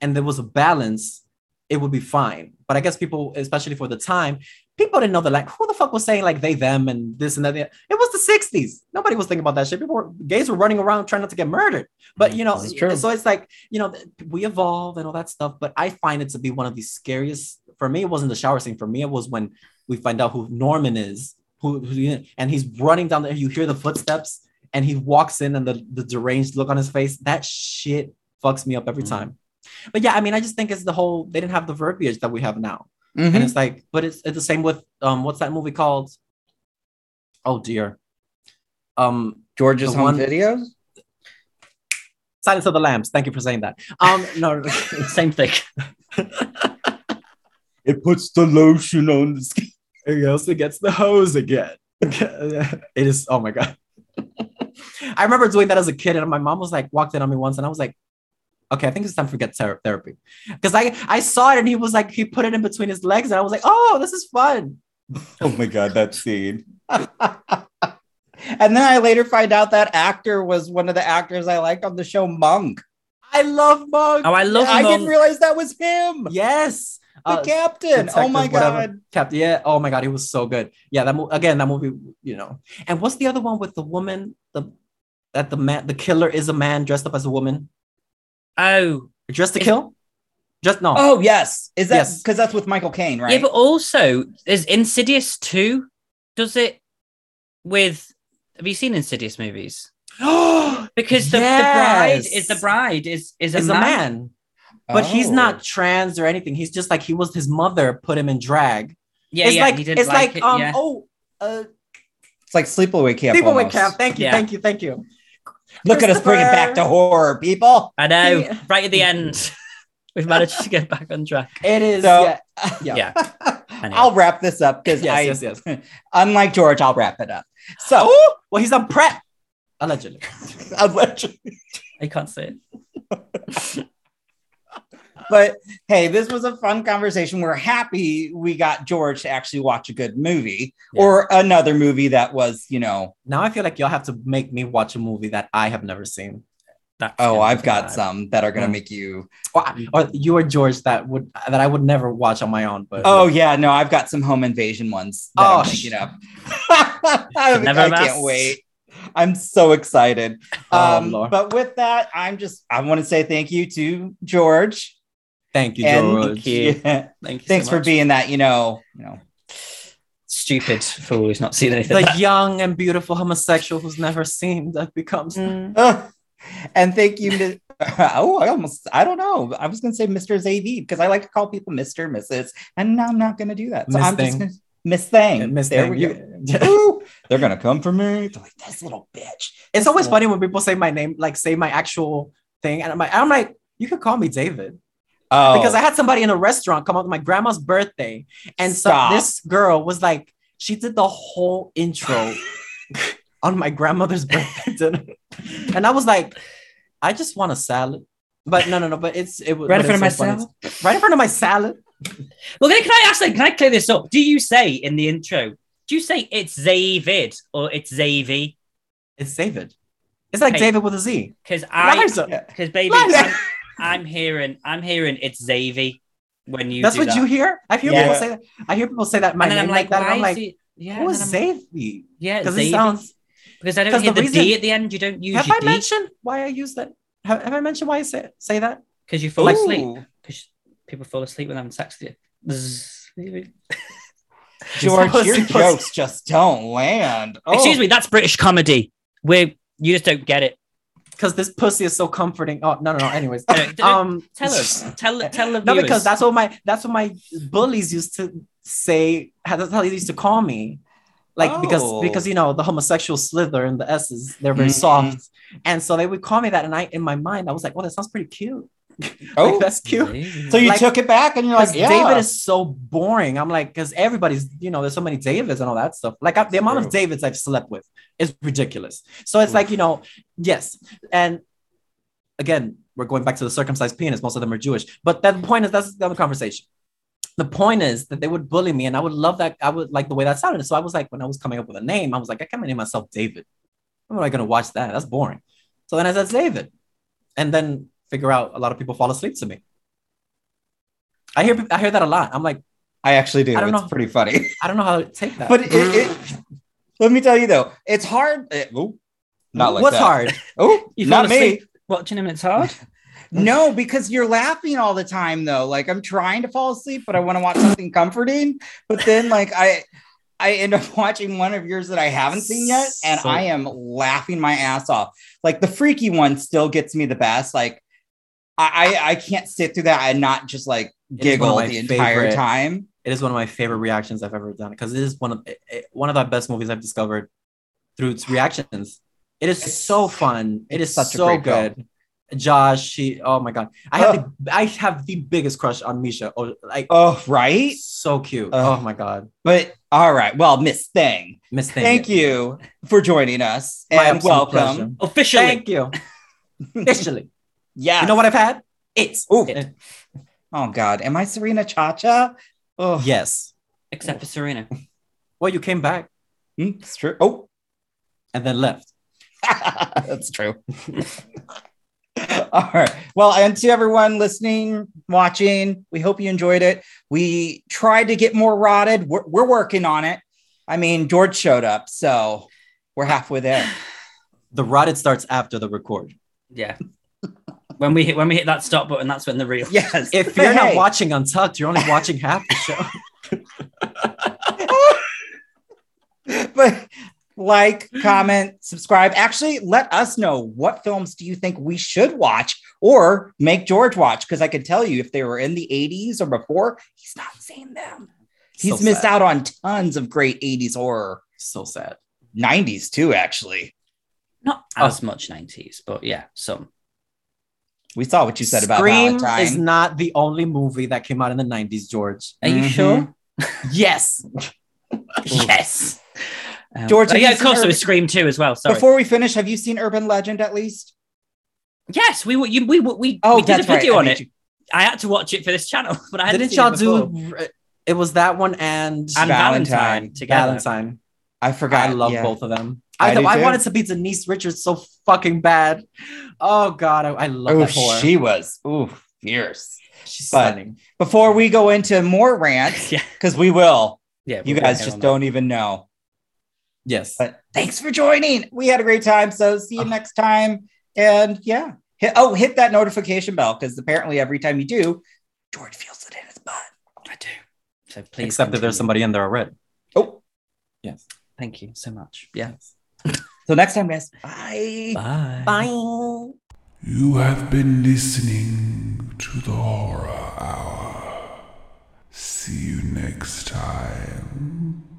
and there was a balance, it would be fine. But I guess people, especially for the time, people didn't know the like. Who the fuck was saying like they them and this and that? It was the '60s. Nobody was thinking about that shit. People were gays were running around trying not to get murdered. But you know, This is true. so it's like you know, th- we evolve and all that stuff. But I find it to be one of the scariest. For me, it wasn't the shower scene. For me, it was when we find out who Norman is, who, who and he's running down there. You hear the footsteps, and he walks in, and the the deranged look on his face. That shit fucks me up every Mhm. time. But yeah, I mean, I just think it's the whole. They didn't have the verbiage that we have now, Mhm. and it's like, but it's, it's the same with um, what's that movie called? Oh dear, um, George's the home one- videos. Silence of the Lambs. Thank you for saying that. Um, no. Same thing. It puts the lotion on the skin. He also gets the hose again. it is oh my god. I remember doing that as a kid, and my mom was like walked in on me once, and I was like, "Okay, I think it's time for get ther- therapy," because I I saw it, and he was like he put it in between his legs, and I was like, "Oh, this is fun." Oh my god, that scene. and then I later find out that actor was one of the actors I liked on the show Monk. I love Mug. Oh, I love I Mum. didn't realize that was him, yes, the captain. Oh my Uh, Detective, whatever. god. Captain. Yeah. Oh my god, he was so good. Yeah. That mo- again, that movie. You know. And what's the other one with the woman? The that the man, the killer is a man dressed up as a woman, Oh, dressed to Is- kill. Just no. Oh yes, is that Yes. because that's with Michael Caine, right? yeah, but also is Insidious two? Does it with? Have you seen Insidious movies? Because the, the bride is Yes. the bride is Oh. is a is man. a man, but he's Oh. not trans or anything. He's just like he was. His mother put him in drag. Yeah, it's yeah, like he didn't it's like, it, um yeah. oh, uh, It's like sleepaway camp. people with almost. camp. Thank you, Yeah. thank you, thank you. Look at us bringing it back to horror, people. I know. Yeah. Right at the end, we've managed to get back on track. It is. So- yeah. Yeah. Yeah. I'll wrap this up because I, Yes, yes, yes. unlike George, I'll wrap it up. So Oh, well, he's on prep. Allegedly. I can't say it. but hey, this was a fun conversation. We're happy we got George to actually watch a good movie Yeah. or another movie that was, you know, Now I feel like y'all have to make me watch a movie that I have never seen, That's oh, gonna I've be got bad. some that are going to Mm. make you. or, or you or George that would that I would never watch on my own. But Oh, yeah, no, I've got some home invasion ones that Oh, I'm thinking up. I, never I have can't asked. wait. I'm so excited. Oh, um, Lord. but with that, I'm just, I want to say thank you to George. thank you, and- George. Yeah, Thank you so thanks for much. being that, you know, you know, stupid fool who's not seen anything. The young and beautiful homosexual who's never seen that becomes Ugh. and thank you. Ms. oh, I almost, I don't know. I was going to say Mr. Zavid because I like to call people Mr. Mrs. And now I'm not going to do that. So Miss I'm just Thing. going to Miss Thing. Yeah, Miss Mm, there Thing, we go. you- Ooh, they're going to come for me. They're like, this little bitch. It's always Yeah. funny when people say my name, like say my actual thing, and I'm like, I'm like, you could call me David Oh, because I had somebody in a restaurant come up to my grandma's birthday, and so Stop. this girl was like, she did the whole intro on my grandmother's birthday dinner, and I was like, I just want a salad, but no, no, no, but it's it was Right in but front it's of so my funny. right in front of my salad. Well, can I, can I ask? Like, can I clear this up? Do you say in the intro? Do you say it's Zavid or it's Zavy? It's David. It's like Hey. David with a Z. Because I, Liza. Yeah. because baby, Liza. I'm, I'm hearing, I'm hearing it's Zavy when you. That's do what that. you hear. I hear Yeah. people say that. I hear people say that my and then name I'm like, like, that. And why I'm is like, it- yeah, who and is I'm- Zavy? Yeah, Because it Zavy. sounds. because I don't 'cause hear the the, reason- D at the end. You don't use Have your I D mentioned why I use that? Have, have I mentioned why I say say that? because you fall Ooh. asleep. Because people fall asleep when having sex with you. Zavy. George, your Pussy, pussy. jokes just don't land. Oh. Excuse me, that's British comedy. We're You just don't get it. because this pussy is so comforting. Oh no, no, no. Anyways, Anyway, d- um, tell us. Tell tell the No, viewers. because that's what my that's what my bullies used to say. how- That's how they used to call me, like Oh. because because you know the homosexual slither and the s's they're very Mhm. soft, and so they would call me that. And I in my mind I was like, well, that sounds pretty cute. Oh. like, that's cute. So you Like- took it back and you're like, Because yeah. David is so boring. I'm like, because everybody's, you know, there's so many Davids and all that stuff. Like I, the amount of True. Davids I've slept with is ridiculous. So it's like, you know, yes. And again, we're going back to the circumcised penis. Most of them are Jewish. But that point is that's the other conversation. The point is that they would bully me, and I would love that. I would like the way that sounded. So I was like, when I was coming up with a name, I was like, I can't name myself David. How am I going to watch that? That's boring. So then I said David, and then figure out a lot of people fall asleep to me. I hear I hear that a lot. I'm like, I actually do. I don't it's know. pretty funny. I don't know how to take that. But it, it, let me tell you though, it's hard. eh, ooh, not like what's that. hard? Oh, You fall not me. asleep watching him. It's hard. No, because you're laughing all the time though. Like I'm trying to fall asleep, but I want to watch something comforting. But then like I I end up watching one of yours that I haven't seen yet, and So- I am laughing my ass off. Like the freaky one still gets me the best. Like I I, I can't sit through that and not just like It is one giggle of my the entire favorite- time. It is one of my favorite reactions I've ever done because it is one of it- it- one of the best movies I've discovered through its reactions. It is It's- so fun. It is it's such a so great film. good. Josh, she, oh my god, I have the I have the biggest crush on Misha. Oh, like Oh, right. so cute. Oh. oh my god, But all right. Well, Miss Thing. Miss Thing. Thank you for joining us My and absolute pleasure. welcome. officially. Thank you. Officially, Yeah. you know what I've had? It's Ooh. It. oh God, am I Serena Chacha? Oh, yes. Except for Serena. Well, you came back mm, it's true. Oh, and then left. that's true. All right. Well, and to everyone listening, watching, we hope you enjoyed it. We tried to get more rotted. We're, we're working on it. I mean, George showed up, so we're halfway there. The rotted starts after the record. Yeah. when we hit when we hit that stop button, that's when the real Yes. If But you're not hey, watching Untucked, you're only watching half the show. but like, comment, subscribe. Actually, let us know what films do you think we should watch or make George watch? Because I can tell you if they were in the 80s or before, he's not seen them. He's So missed out sad. on tons of great 80s horror, So sad. 90s too, actually. not Oh. as much 90s, but yeah, some. We saw what you said about Scream Valentine. is not the only movie that came out in the 90s, George. Mm-hmm. Are you Mhm. sure? Yes. yes. Um, George, oh, have yeah, you of course, seen it her- was Scream too as well. Sorry. Before we finish, have you seen Urban Legend at least? yes, we were. You, we were- we, Oh, we did a that's right, video I on made it. you- I had to watch it for this channel, but I hadn't Didn't seen y'all it before. do it was that one and, and Valentine, Valentine together? Valentine. I forgot. I love yeah. both of them. I I, do I too. wanted to be Denise Richards so fucking bad. Oh god, I, I love Oh, that whore. she was. Ooh, fierce. She's but- stunning. Before we go into more rants, Yeah, because we will. yeah. You we're guys okay just on that. don't even know. Yes. But thanks for joining. We had a great time. So see you next time. And yeah. Hit, oh, hit that notification bell because apparently every time you do, George feels it in his butt. I do. So please. Except that there's continue. somebody in there already. Oh, Yes. Thank you so much. Yeah. so next time, guys. Bye. Bye. Bye. You have been listening to the Horror Hour. See you next time.